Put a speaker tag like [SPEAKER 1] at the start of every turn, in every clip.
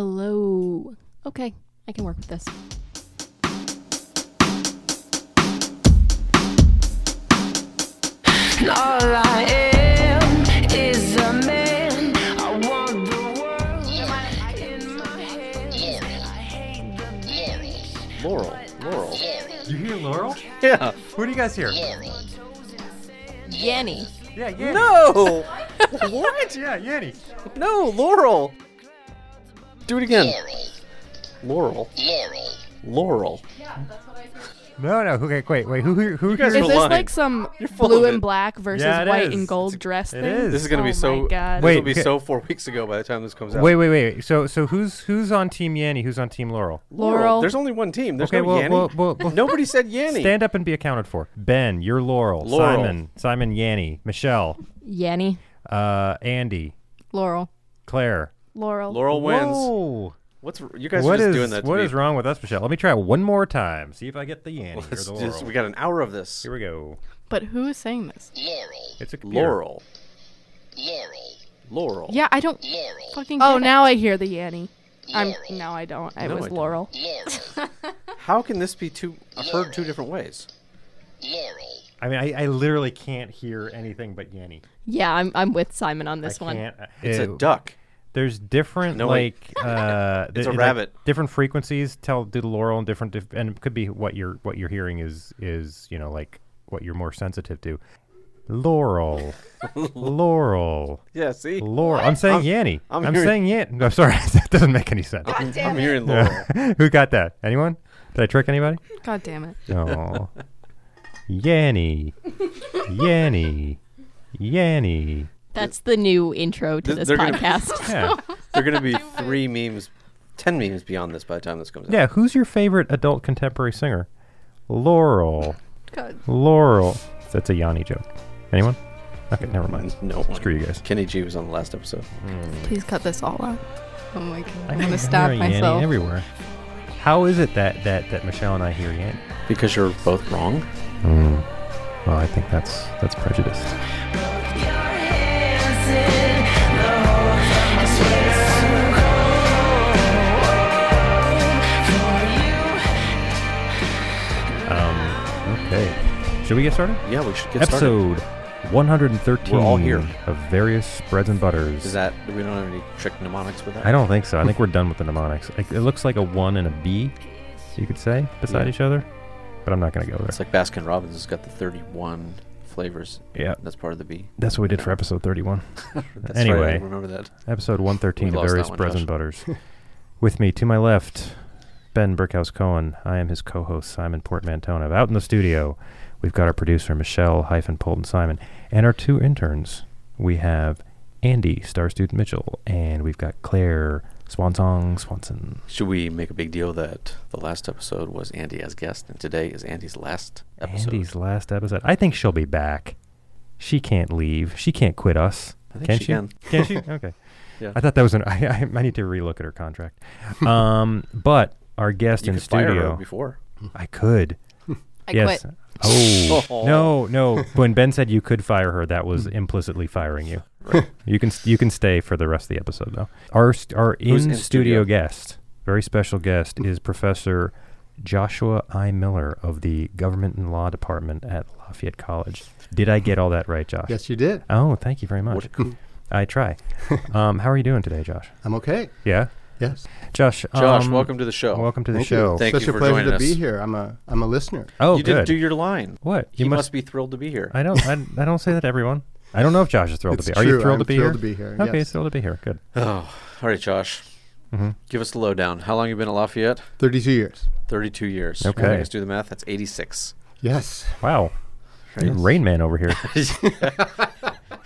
[SPEAKER 1] Hello. Okay, I can work with this.
[SPEAKER 2] And all I am is a man. I want the world in my hands. I hate the beach.
[SPEAKER 3] Laurel. Laurel.
[SPEAKER 4] You hear Laurel?
[SPEAKER 3] Yeah.
[SPEAKER 4] Who do you guys hear?
[SPEAKER 1] Yanny.
[SPEAKER 4] Yeah, Yanny.
[SPEAKER 3] No! what?
[SPEAKER 4] Yeah, Yanny.
[SPEAKER 3] No, Laurel! Do it again. Laurel. Laurel.
[SPEAKER 4] No, no. Okay, wait, wait. Who who who
[SPEAKER 3] guys
[SPEAKER 4] hears?
[SPEAKER 3] are
[SPEAKER 1] Is this
[SPEAKER 3] lying.
[SPEAKER 1] like some
[SPEAKER 3] You're full
[SPEAKER 1] blue
[SPEAKER 3] of
[SPEAKER 1] and
[SPEAKER 3] it.
[SPEAKER 1] black versus
[SPEAKER 4] Yeah, it
[SPEAKER 1] white
[SPEAKER 4] is.
[SPEAKER 1] and gold
[SPEAKER 4] It's-
[SPEAKER 1] dress
[SPEAKER 4] it
[SPEAKER 1] thing?
[SPEAKER 4] is.
[SPEAKER 3] This is gonna
[SPEAKER 1] Oh
[SPEAKER 3] be so.
[SPEAKER 1] my God.
[SPEAKER 3] This
[SPEAKER 4] Wait,
[SPEAKER 3] will be
[SPEAKER 4] okay.
[SPEAKER 3] so four weeks ago by the time this comes out.
[SPEAKER 4] Wait, wait, wait. wait. So so who's who's on Team Yanny? Who's on Team Laurel?
[SPEAKER 1] Laurel.
[SPEAKER 3] There's only one team. There's
[SPEAKER 4] Okay,
[SPEAKER 3] no
[SPEAKER 4] well,
[SPEAKER 3] Yanny.
[SPEAKER 4] well, well, well-
[SPEAKER 3] Nobody said Yanny.
[SPEAKER 4] Stand up and be accounted for. Ben, you're Laurel.
[SPEAKER 3] Laurel.
[SPEAKER 4] Simon, Simon Yanny. Michelle,
[SPEAKER 1] Yanny.
[SPEAKER 4] uh, Andy,
[SPEAKER 1] Laurel.
[SPEAKER 4] Claire.
[SPEAKER 1] Laurel.
[SPEAKER 3] Laurel wins.
[SPEAKER 4] Whoa.
[SPEAKER 3] What's you guys
[SPEAKER 4] What
[SPEAKER 3] are just
[SPEAKER 4] is
[SPEAKER 3] doing that? To
[SPEAKER 4] what
[SPEAKER 3] me.
[SPEAKER 4] is wrong with us, Michelle? Let me try one more time. See if I get the Yanny
[SPEAKER 3] Let's
[SPEAKER 4] or the Laurel.
[SPEAKER 3] just- we got an hour of this.
[SPEAKER 4] Here we go.
[SPEAKER 1] But who is saying this?
[SPEAKER 4] It's a computer.
[SPEAKER 3] Laurel. Laurel.
[SPEAKER 1] Yeah, I don't fucking. Oh, now I hear the Yanny. I'm no, I don't. I was
[SPEAKER 3] I don't.
[SPEAKER 1] Laurel.
[SPEAKER 3] How can this be two heard two different ways?
[SPEAKER 4] I mean, I, I literally can't hear anything but Yanny.
[SPEAKER 1] Yeah, I'm I'm with Simon on this
[SPEAKER 4] I
[SPEAKER 1] one.
[SPEAKER 4] can't. uh,
[SPEAKER 3] It's a
[SPEAKER 4] Ew.
[SPEAKER 3] duck.
[SPEAKER 4] There's different
[SPEAKER 3] No, wait.
[SPEAKER 4] like uh, th-
[SPEAKER 3] It's a
[SPEAKER 4] like,
[SPEAKER 3] rabbit.
[SPEAKER 4] different frequencies tell do the laurel and different dif- and it could be what you're what you're hearing is is you know like what you're more sensitive to. Laurel, laurel,
[SPEAKER 3] Yeah. See.
[SPEAKER 4] laurel. I'm
[SPEAKER 3] I'm-
[SPEAKER 4] saying Yanny.
[SPEAKER 3] I'm
[SPEAKER 4] I'm,
[SPEAKER 3] hearing-
[SPEAKER 4] saying Yan. I'm sorry, that doesn't make any sense.
[SPEAKER 3] I'm hearing Laurel.
[SPEAKER 4] Who got that? Anyone? Did I trick anybody?
[SPEAKER 1] God damn it.
[SPEAKER 4] Oh, Yanny, Yanny, Yanny.
[SPEAKER 1] That's the new intro to
[SPEAKER 3] Th-
[SPEAKER 1] this
[SPEAKER 3] they're gonna-
[SPEAKER 1] podcast.
[SPEAKER 4] Yeah.
[SPEAKER 3] There are going to be three memes, ten memes beyond this by the time this comes out.
[SPEAKER 4] Yeah, who's your favorite adult contemporary singer? Laurel.
[SPEAKER 1] God.
[SPEAKER 4] Laurel. That's a Yanni joke. Anyone? Okay, never mind.
[SPEAKER 3] No.
[SPEAKER 4] Screw you guys.
[SPEAKER 3] Kenny G was on the last episode.
[SPEAKER 1] Please cut this all out. Oh my god. I'm
[SPEAKER 4] hear
[SPEAKER 1] gonna stop
[SPEAKER 4] Yanni
[SPEAKER 1] myself.
[SPEAKER 4] everywhere. How is it that, that, that Michelle and I hear Yanni?
[SPEAKER 3] Because you're both wrong.
[SPEAKER 4] Well, I think that's that's prejudice. Um, okay. Should we get started?
[SPEAKER 3] Yeah, we should get started.
[SPEAKER 4] Episode 113
[SPEAKER 3] We're all here.
[SPEAKER 4] of various spreads and butters.
[SPEAKER 3] Is that we don't have any trick mnemonics with that?
[SPEAKER 4] I don't think so. I think we're done with the mnemonics. Like, it looks like a one and a B, you could say, beside
[SPEAKER 3] Yeah.
[SPEAKER 4] each other. But I'm not gonna go there.
[SPEAKER 3] It's like Baskin Robbins has got the 31 flavors.
[SPEAKER 4] yeah,
[SPEAKER 3] That's part of the B.
[SPEAKER 4] that's what we did for episode 31.
[SPEAKER 3] That's right. I
[SPEAKER 4] anyway,
[SPEAKER 3] remember that.
[SPEAKER 4] episode
[SPEAKER 3] We
[SPEAKER 4] 113 of
[SPEAKER 3] lost that
[SPEAKER 4] various
[SPEAKER 3] one,
[SPEAKER 4] breads and
[SPEAKER 3] Josh.
[SPEAKER 4] butters. With me to my left, Ben Brickhouse Cohen. I am his co-host Simon Portmantone. Out in the studio, we've got our producer Michelle hyphen Polton Simon and our two interns. We have Andy Star Student Mitchell and we've got Claire Swansong Swanson.
[SPEAKER 3] Should we make a big deal that the last episode was Andy as guest and today is Andy's last episode?
[SPEAKER 4] Andy's last episode. I think she'll be back. She can't leave. She can't quit us.
[SPEAKER 3] I think
[SPEAKER 4] can
[SPEAKER 3] she can.
[SPEAKER 4] Can she? Okay.
[SPEAKER 3] Yeah.
[SPEAKER 4] I thought that was an. I, I, I need to relook at her contract. Um, but our guest
[SPEAKER 3] you
[SPEAKER 4] in
[SPEAKER 3] could fire her
[SPEAKER 4] studio,
[SPEAKER 3] before.
[SPEAKER 4] I could.
[SPEAKER 1] I
[SPEAKER 4] yes.
[SPEAKER 1] quit.
[SPEAKER 4] Oh,
[SPEAKER 3] Oh.
[SPEAKER 4] no, no. When Ben said you could fire her, that
[SPEAKER 3] Hmm.
[SPEAKER 4] was implicitly firing you. You can you can stay for the rest of the episode though. Our st- our in,
[SPEAKER 3] Who's in
[SPEAKER 4] studio,
[SPEAKER 3] studio?
[SPEAKER 4] guest, very special guest, is Professor Joshua I. Miller of the Government and Law Department at Lafayette College. Did I get all that right, Josh?
[SPEAKER 5] Yes, you did.
[SPEAKER 4] Oh, thank you very
[SPEAKER 3] What
[SPEAKER 4] much.
[SPEAKER 3] a coup.
[SPEAKER 4] I try. um, how are you doing today, Josh?
[SPEAKER 5] I'm okay.
[SPEAKER 4] Yeah,
[SPEAKER 5] Yes.
[SPEAKER 4] Josh.
[SPEAKER 3] Josh,
[SPEAKER 4] um,
[SPEAKER 3] welcome to the show.
[SPEAKER 4] Welcome to the
[SPEAKER 5] Thank you.
[SPEAKER 4] show.
[SPEAKER 3] Thank
[SPEAKER 5] Such
[SPEAKER 3] you
[SPEAKER 5] a
[SPEAKER 3] for
[SPEAKER 5] pleasure
[SPEAKER 3] joining
[SPEAKER 5] to be
[SPEAKER 3] us.
[SPEAKER 5] here. I'm a I'm a listener.
[SPEAKER 4] Oh,
[SPEAKER 3] you
[SPEAKER 4] good.
[SPEAKER 3] didn't do your line.
[SPEAKER 4] What?
[SPEAKER 3] He
[SPEAKER 4] You
[SPEAKER 3] must,
[SPEAKER 4] must-
[SPEAKER 3] be thrilled to be here.
[SPEAKER 4] I don't. I, I don't say that to everyone. I don't know if Josh is thrilled
[SPEAKER 5] It's
[SPEAKER 4] to be. Are you
[SPEAKER 5] true,
[SPEAKER 4] thrilled
[SPEAKER 5] I'm
[SPEAKER 4] to be
[SPEAKER 5] thrilled
[SPEAKER 4] here?
[SPEAKER 5] to be here,
[SPEAKER 4] Okay,
[SPEAKER 5] yes. Mm-hmm.
[SPEAKER 4] thrilled to be here. Good.
[SPEAKER 3] Oh, all right, Josh. Give us the lowdown. How long you been at Lafayette?
[SPEAKER 5] 32 years.
[SPEAKER 3] 32 years.
[SPEAKER 4] Okay.
[SPEAKER 3] Let us do the math. That's 86.
[SPEAKER 5] Yes.
[SPEAKER 4] Wow. Rain Man over here.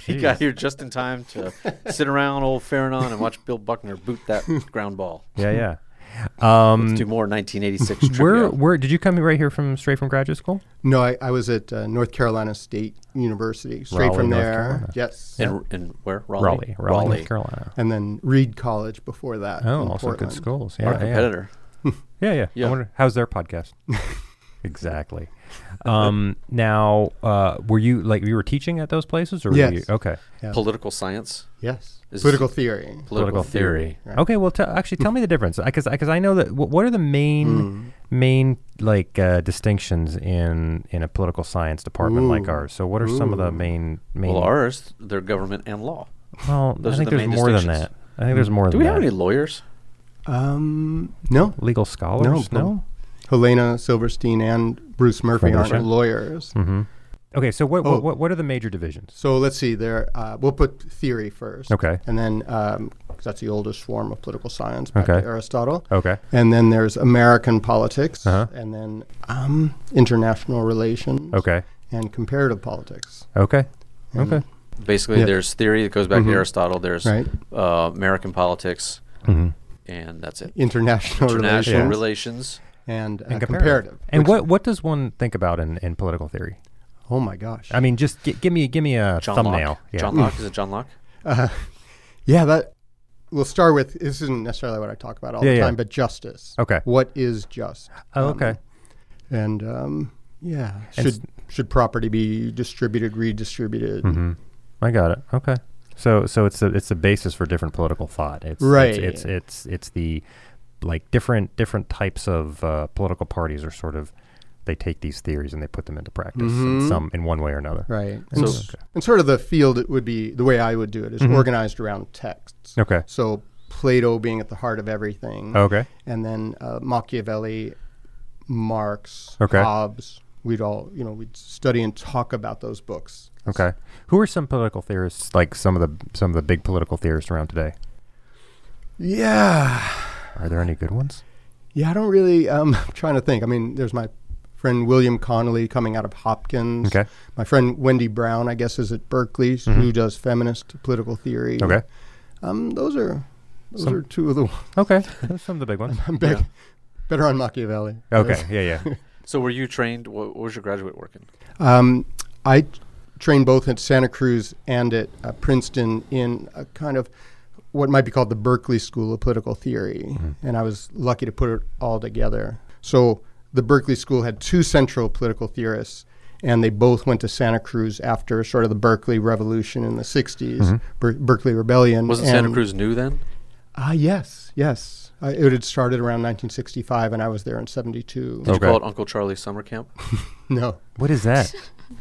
[SPEAKER 3] He got here just in time to sit around old Farron and watch Bill Buckner boot that ground ball.
[SPEAKER 4] Yeah, yeah. Um,
[SPEAKER 3] Let's do more 1986
[SPEAKER 4] where,
[SPEAKER 3] trivia.
[SPEAKER 4] where did you come right here from straight from graduate school?
[SPEAKER 5] No, I, I was at uh, North Carolina State University, straight
[SPEAKER 4] Raleigh,
[SPEAKER 5] from
[SPEAKER 4] North
[SPEAKER 5] there.
[SPEAKER 4] Carolina.
[SPEAKER 5] Yes.
[SPEAKER 3] And, and where? Raleigh.
[SPEAKER 4] Raleigh, Raleigh, North Carolina.
[SPEAKER 5] And then Reed College before that.
[SPEAKER 4] Oh,
[SPEAKER 5] in
[SPEAKER 4] also good
[SPEAKER 5] Portland.
[SPEAKER 4] schools. Yeah,
[SPEAKER 3] Our
[SPEAKER 4] yeah.
[SPEAKER 3] competitor.
[SPEAKER 4] Yeah, yeah.
[SPEAKER 3] Yeah.
[SPEAKER 4] I wonder how's their podcast. Exactly. Um, now, uh, were you like you were teaching at those places, or were
[SPEAKER 5] Yes.
[SPEAKER 4] you okay?
[SPEAKER 5] Yeah.
[SPEAKER 3] Political science.
[SPEAKER 5] Yes.
[SPEAKER 3] Is-
[SPEAKER 5] Political theory.
[SPEAKER 4] Political theory.
[SPEAKER 5] right.
[SPEAKER 4] Okay, well, t- actually, tell me the difference, because because I know that. wh- what are the
[SPEAKER 5] Hmm. Mm.
[SPEAKER 4] main main like uh, distinctions in in a political science department like
[SPEAKER 5] Ooh.
[SPEAKER 4] ours? So, what are some of the
[SPEAKER 5] Ooh.
[SPEAKER 4] main main?
[SPEAKER 3] Well, ours, they're government and law.
[SPEAKER 4] well,
[SPEAKER 3] those
[SPEAKER 4] I
[SPEAKER 3] are
[SPEAKER 4] think
[SPEAKER 3] the
[SPEAKER 4] there's
[SPEAKER 3] main
[SPEAKER 4] more than that.
[SPEAKER 3] distinctions.
[SPEAKER 4] I think there's more
[SPEAKER 3] Do
[SPEAKER 4] than
[SPEAKER 3] we
[SPEAKER 4] that.
[SPEAKER 3] have any lawyers?
[SPEAKER 5] Um, no.
[SPEAKER 4] legal scholars?
[SPEAKER 5] no. Helena Silverstein and Bruce Murphy
[SPEAKER 4] Murphy.
[SPEAKER 5] aren't lawyers.
[SPEAKER 4] hmm Okay, so what,
[SPEAKER 5] Oh.
[SPEAKER 4] what what are the major divisions?
[SPEAKER 5] So let's see. There, uh, we'll put theory first.
[SPEAKER 4] Okay.
[SPEAKER 5] And then um 'cause that's the oldest form of political science, back
[SPEAKER 4] Okay.
[SPEAKER 5] to Aristotle.
[SPEAKER 4] Okay.
[SPEAKER 5] And then there's American politics,
[SPEAKER 4] Uh-huh.
[SPEAKER 5] and then um, international relations,
[SPEAKER 4] Okay.
[SPEAKER 5] and comparative politics.
[SPEAKER 4] Okay.
[SPEAKER 5] And-
[SPEAKER 4] Okay.
[SPEAKER 3] Basically,
[SPEAKER 5] Yeah.
[SPEAKER 3] there's theory that goes back
[SPEAKER 4] Mm-hmm.
[SPEAKER 5] Mhm.
[SPEAKER 3] to Aristotle. There's
[SPEAKER 5] Right.
[SPEAKER 3] uh, American politics,
[SPEAKER 4] hmm
[SPEAKER 3] and that's it.
[SPEAKER 5] International,
[SPEAKER 3] International
[SPEAKER 5] relations
[SPEAKER 3] relations.
[SPEAKER 5] and, uh,
[SPEAKER 4] And
[SPEAKER 5] comparative.
[SPEAKER 4] comparative. And
[SPEAKER 5] which-
[SPEAKER 4] what what does one think about in, in political theory?
[SPEAKER 5] Oh my gosh.
[SPEAKER 4] I mean, just gi- give me give me a
[SPEAKER 3] John
[SPEAKER 4] thumbnail. Mm.
[SPEAKER 3] Locke. John Locke is it John Locke?
[SPEAKER 5] Uh, yeah, that we'll start with. This isn't necessarily what I talk about all
[SPEAKER 4] Yeah,
[SPEAKER 5] the
[SPEAKER 4] yeah.
[SPEAKER 5] time, but justice.
[SPEAKER 4] Okay.
[SPEAKER 5] What is just?
[SPEAKER 4] Oh,
[SPEAKER 5] Um,
[SPEAKER 4] okay.
[SPEAKER 5] and um, yeah,
[SPEAKER 4] And
[SPEAKER 5] should should property be distributed, redistributed?
[SPEAKER 4] hmm I got it. Okay. So so it's the it's the basis for different political thought. It's,
[SPEAKER 5] Right.
[SPEAKER 4] It's it's it's, it's the like different different types of uh, political parties are sort of they take these theories and they put them into practice in
[SPEAKER 5] Mhm.
[SPEAKER 4] some in one way or another.
[SPEAKER 5] Right. And,
[SPEAKER 3] So-
[SPEAKER 5] s- and sort of the field it would be the way I would do it is
[SPEAKER 4] Mhm.
[SPEAKER 5] organized around texts.
[SPEAKER 4] Okay. Oh.
[SPEAKER 5] So Plato being at the heart of everything,
[SPEAKER 4] Okay.
[SPEAKER 5] and then uh, Machiavelli, Marx,
[SPEAKER 4] Okay.
[SPEAKER 5] Hobbes. We'd all, you know, we'd study and talk about those books.
[SPEAKER 4] Okay. Who are some political theorists like some of the some of the big political theorists around today?
[SPEAKER 5] Yeah.
[SPEAKER 4] Are there any good ones?
[SPEAKER 5] Yeah, I don't really. Um, I'm trying to think. I mean, there's my friend William Connolly coming out of Hopkins.
[SPEAKER 4] Okay. Mm-hmm.
[SPEAKER 5] My friend Wendy Brown, I guess, is at Berkeley, who does feminist political theory.
[SPEAKER 4] Okay.
[SPEAKER 5] Um, those are those
[SPEAKER 4] Some-
[SPEAKER 5] are two of the.
[SPEAKER 4] Okay. Those are some of the big ones.
[SPEAKER 5] I'm big, better on Machiavelli.
[SPEAKER 4] Okay. Yeah, yeah.
[SPEAKER 3] So were you trained? What, what was your graduate work in?
[SPEAKER 5] Um, I trained both at Santa Cruz and at uh, Princeton in a kind of what might be called the Berkeley School of Political Theory, and I was lucky to put it all together. So the Berkeley School had two central political theorists, and they both went to Santa Cruz after sort of the Berkeley Revolution in the '60s, Ber- Berkeley Rebellion.
[SPEAKER 3] Wasn't Santa
[SPEAKER 4] Um,
[SPEAKER 5] and-
[SPEAKER 3] Cruz new then?
[SPEAKER 5] Ah, yes, yes. Uh, it had started around 1965, and I was there in '72.
[SPEAKER 3] Did
[SPEAKER 4] Okay.
[SPEAKER 3] you call it Uncle Charlie Summer Camp?
[SPEAKER 5] No.
[SPEAKER 4] What is that?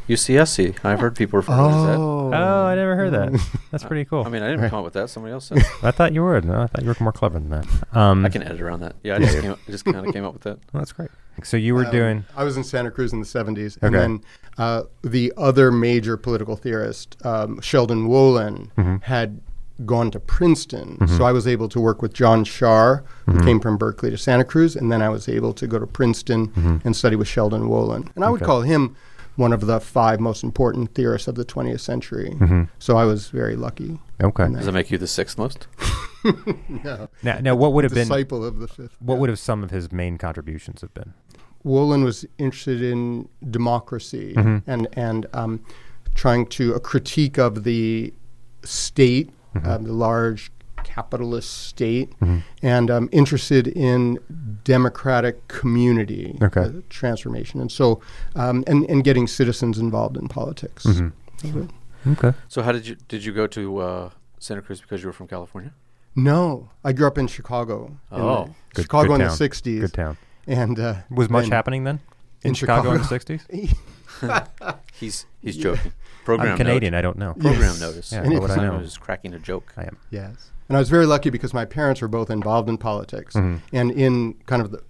[SPEAKER 3] UCSC. E. I've heard people refer to it as that.
[SPEAKER 4] Oh, I never heard that. That's pretty cool.
[SPEAKER 3] I mean, I didn't come up with that. Somebody else said. it.
[SPEAKER 4] I thought you would. No, I thought you were more clever than that. Um,
[SPEAKER 3] I can edit around that. Yeah, I just, came, I just kind of came up with that.
[SPEAKER 4] well, that's great. So you were
[SPEAKER 5] Um,
[SPEAKER 4] doing.
[SPEAKER 5] I was in Santa Cruz in the 70s.
[SPEAKER 4] Okay.
[SPEAKER 5] And then uh, the other major political theorist, um, Sheldon Wolin,
[SPEAKER 4] Hmm. Mm-hmm.
[SPEAKER 5] had gone to Princeton. So I was able to work with John Shar, who
[SPEAKER 4] Mm-hmm.
[SPEAKER 5] came from Berkeley to Santa Cruz. And then I was able to go to Princeton and study with Sheldon Wolin. And I would
[SPEAKER 4] Mm-hmm. Okay.
[SPEAKER 5] call him one of the five most important theorists of the 20th century.
[SPEAKER 4] Mm-hmm.
[SPEAKER 5] So I was very lucky.
[SPEAKER 4] Okay.
[SPEAKER 5] and
[SPEAKER 3] Does that make you the sixth most?
[SPEAKER 4] Now, now what would have been?
[SPEAKER 5] Disciple of the fifth.
[SPEAKER 4] What would have some of his main contributions have been?
[SPEAKER 5] Wolin was interested in democracy
[SPEAKER 4] Mm-hmm.
[SPEAKER 5] and and um, trying to a critique of the state,
[SPEAKER 4] Mm-hmm.
[SPEAKER 5] um, the large capitalist state, and um, interested in democratic community
[SPEAKER 4] Okay.
[SPEAKER 5] uh, transformation, and so um, and and getting citizens involved in politics.
[SPEAKER 4] Mm-hmm.
[SPEAKER 5] Okay.
[SPEAKER 4] Okay.
[SPEAKER 3] So how did you did you go to uh, Santa Cruz because you were from California?
[SPEAKER 5] No, I grew up in Chicago. in the-
[SPEAKER 3] Oh. Good-
[SPEAKER 4] good
[SPEAKER 5] Chicago in
[SPEAKER 4] town.
[SPEAKER 5] the '60s,
[SPEAKER 4] Good town.
[SPEAKER 5] and uh,
[SPEAKER 4] Was much
[SPEAKER 5] and-
[SPEAKER 4] happening then in,
[SPEAKER 5] in
[SPEAKER 4] Chicago, in
[SPEAKER 5] Chicago.
[SPEAKER 4] the '60s?
[SPEAKER 3] He's he's joking. Program
[SPEAKER 4] I'm Canadian.
[SPEAKER 3] Note.
[SPEAKER 4] I don't know.
[SPEAKER 3] Program
[SPEAKER 5] Yes.
[SPEAKER 3] notice.
[SPEAKER 4] Yeah,
[SPEAKER 5] And
[SPEAKER 4] what would I
[SPEAKER 3] Simon
[SPEAKER 4] know?
[SPEAKER 3] was cracking a joke.
[SPEAKER 4] I am.
[SPEAKER 5] Yes. And I was very lucky because my parents were both involved in politics
[SPEAKER 4] Mm-hmm.
[SPEAKER 5] and in kind of the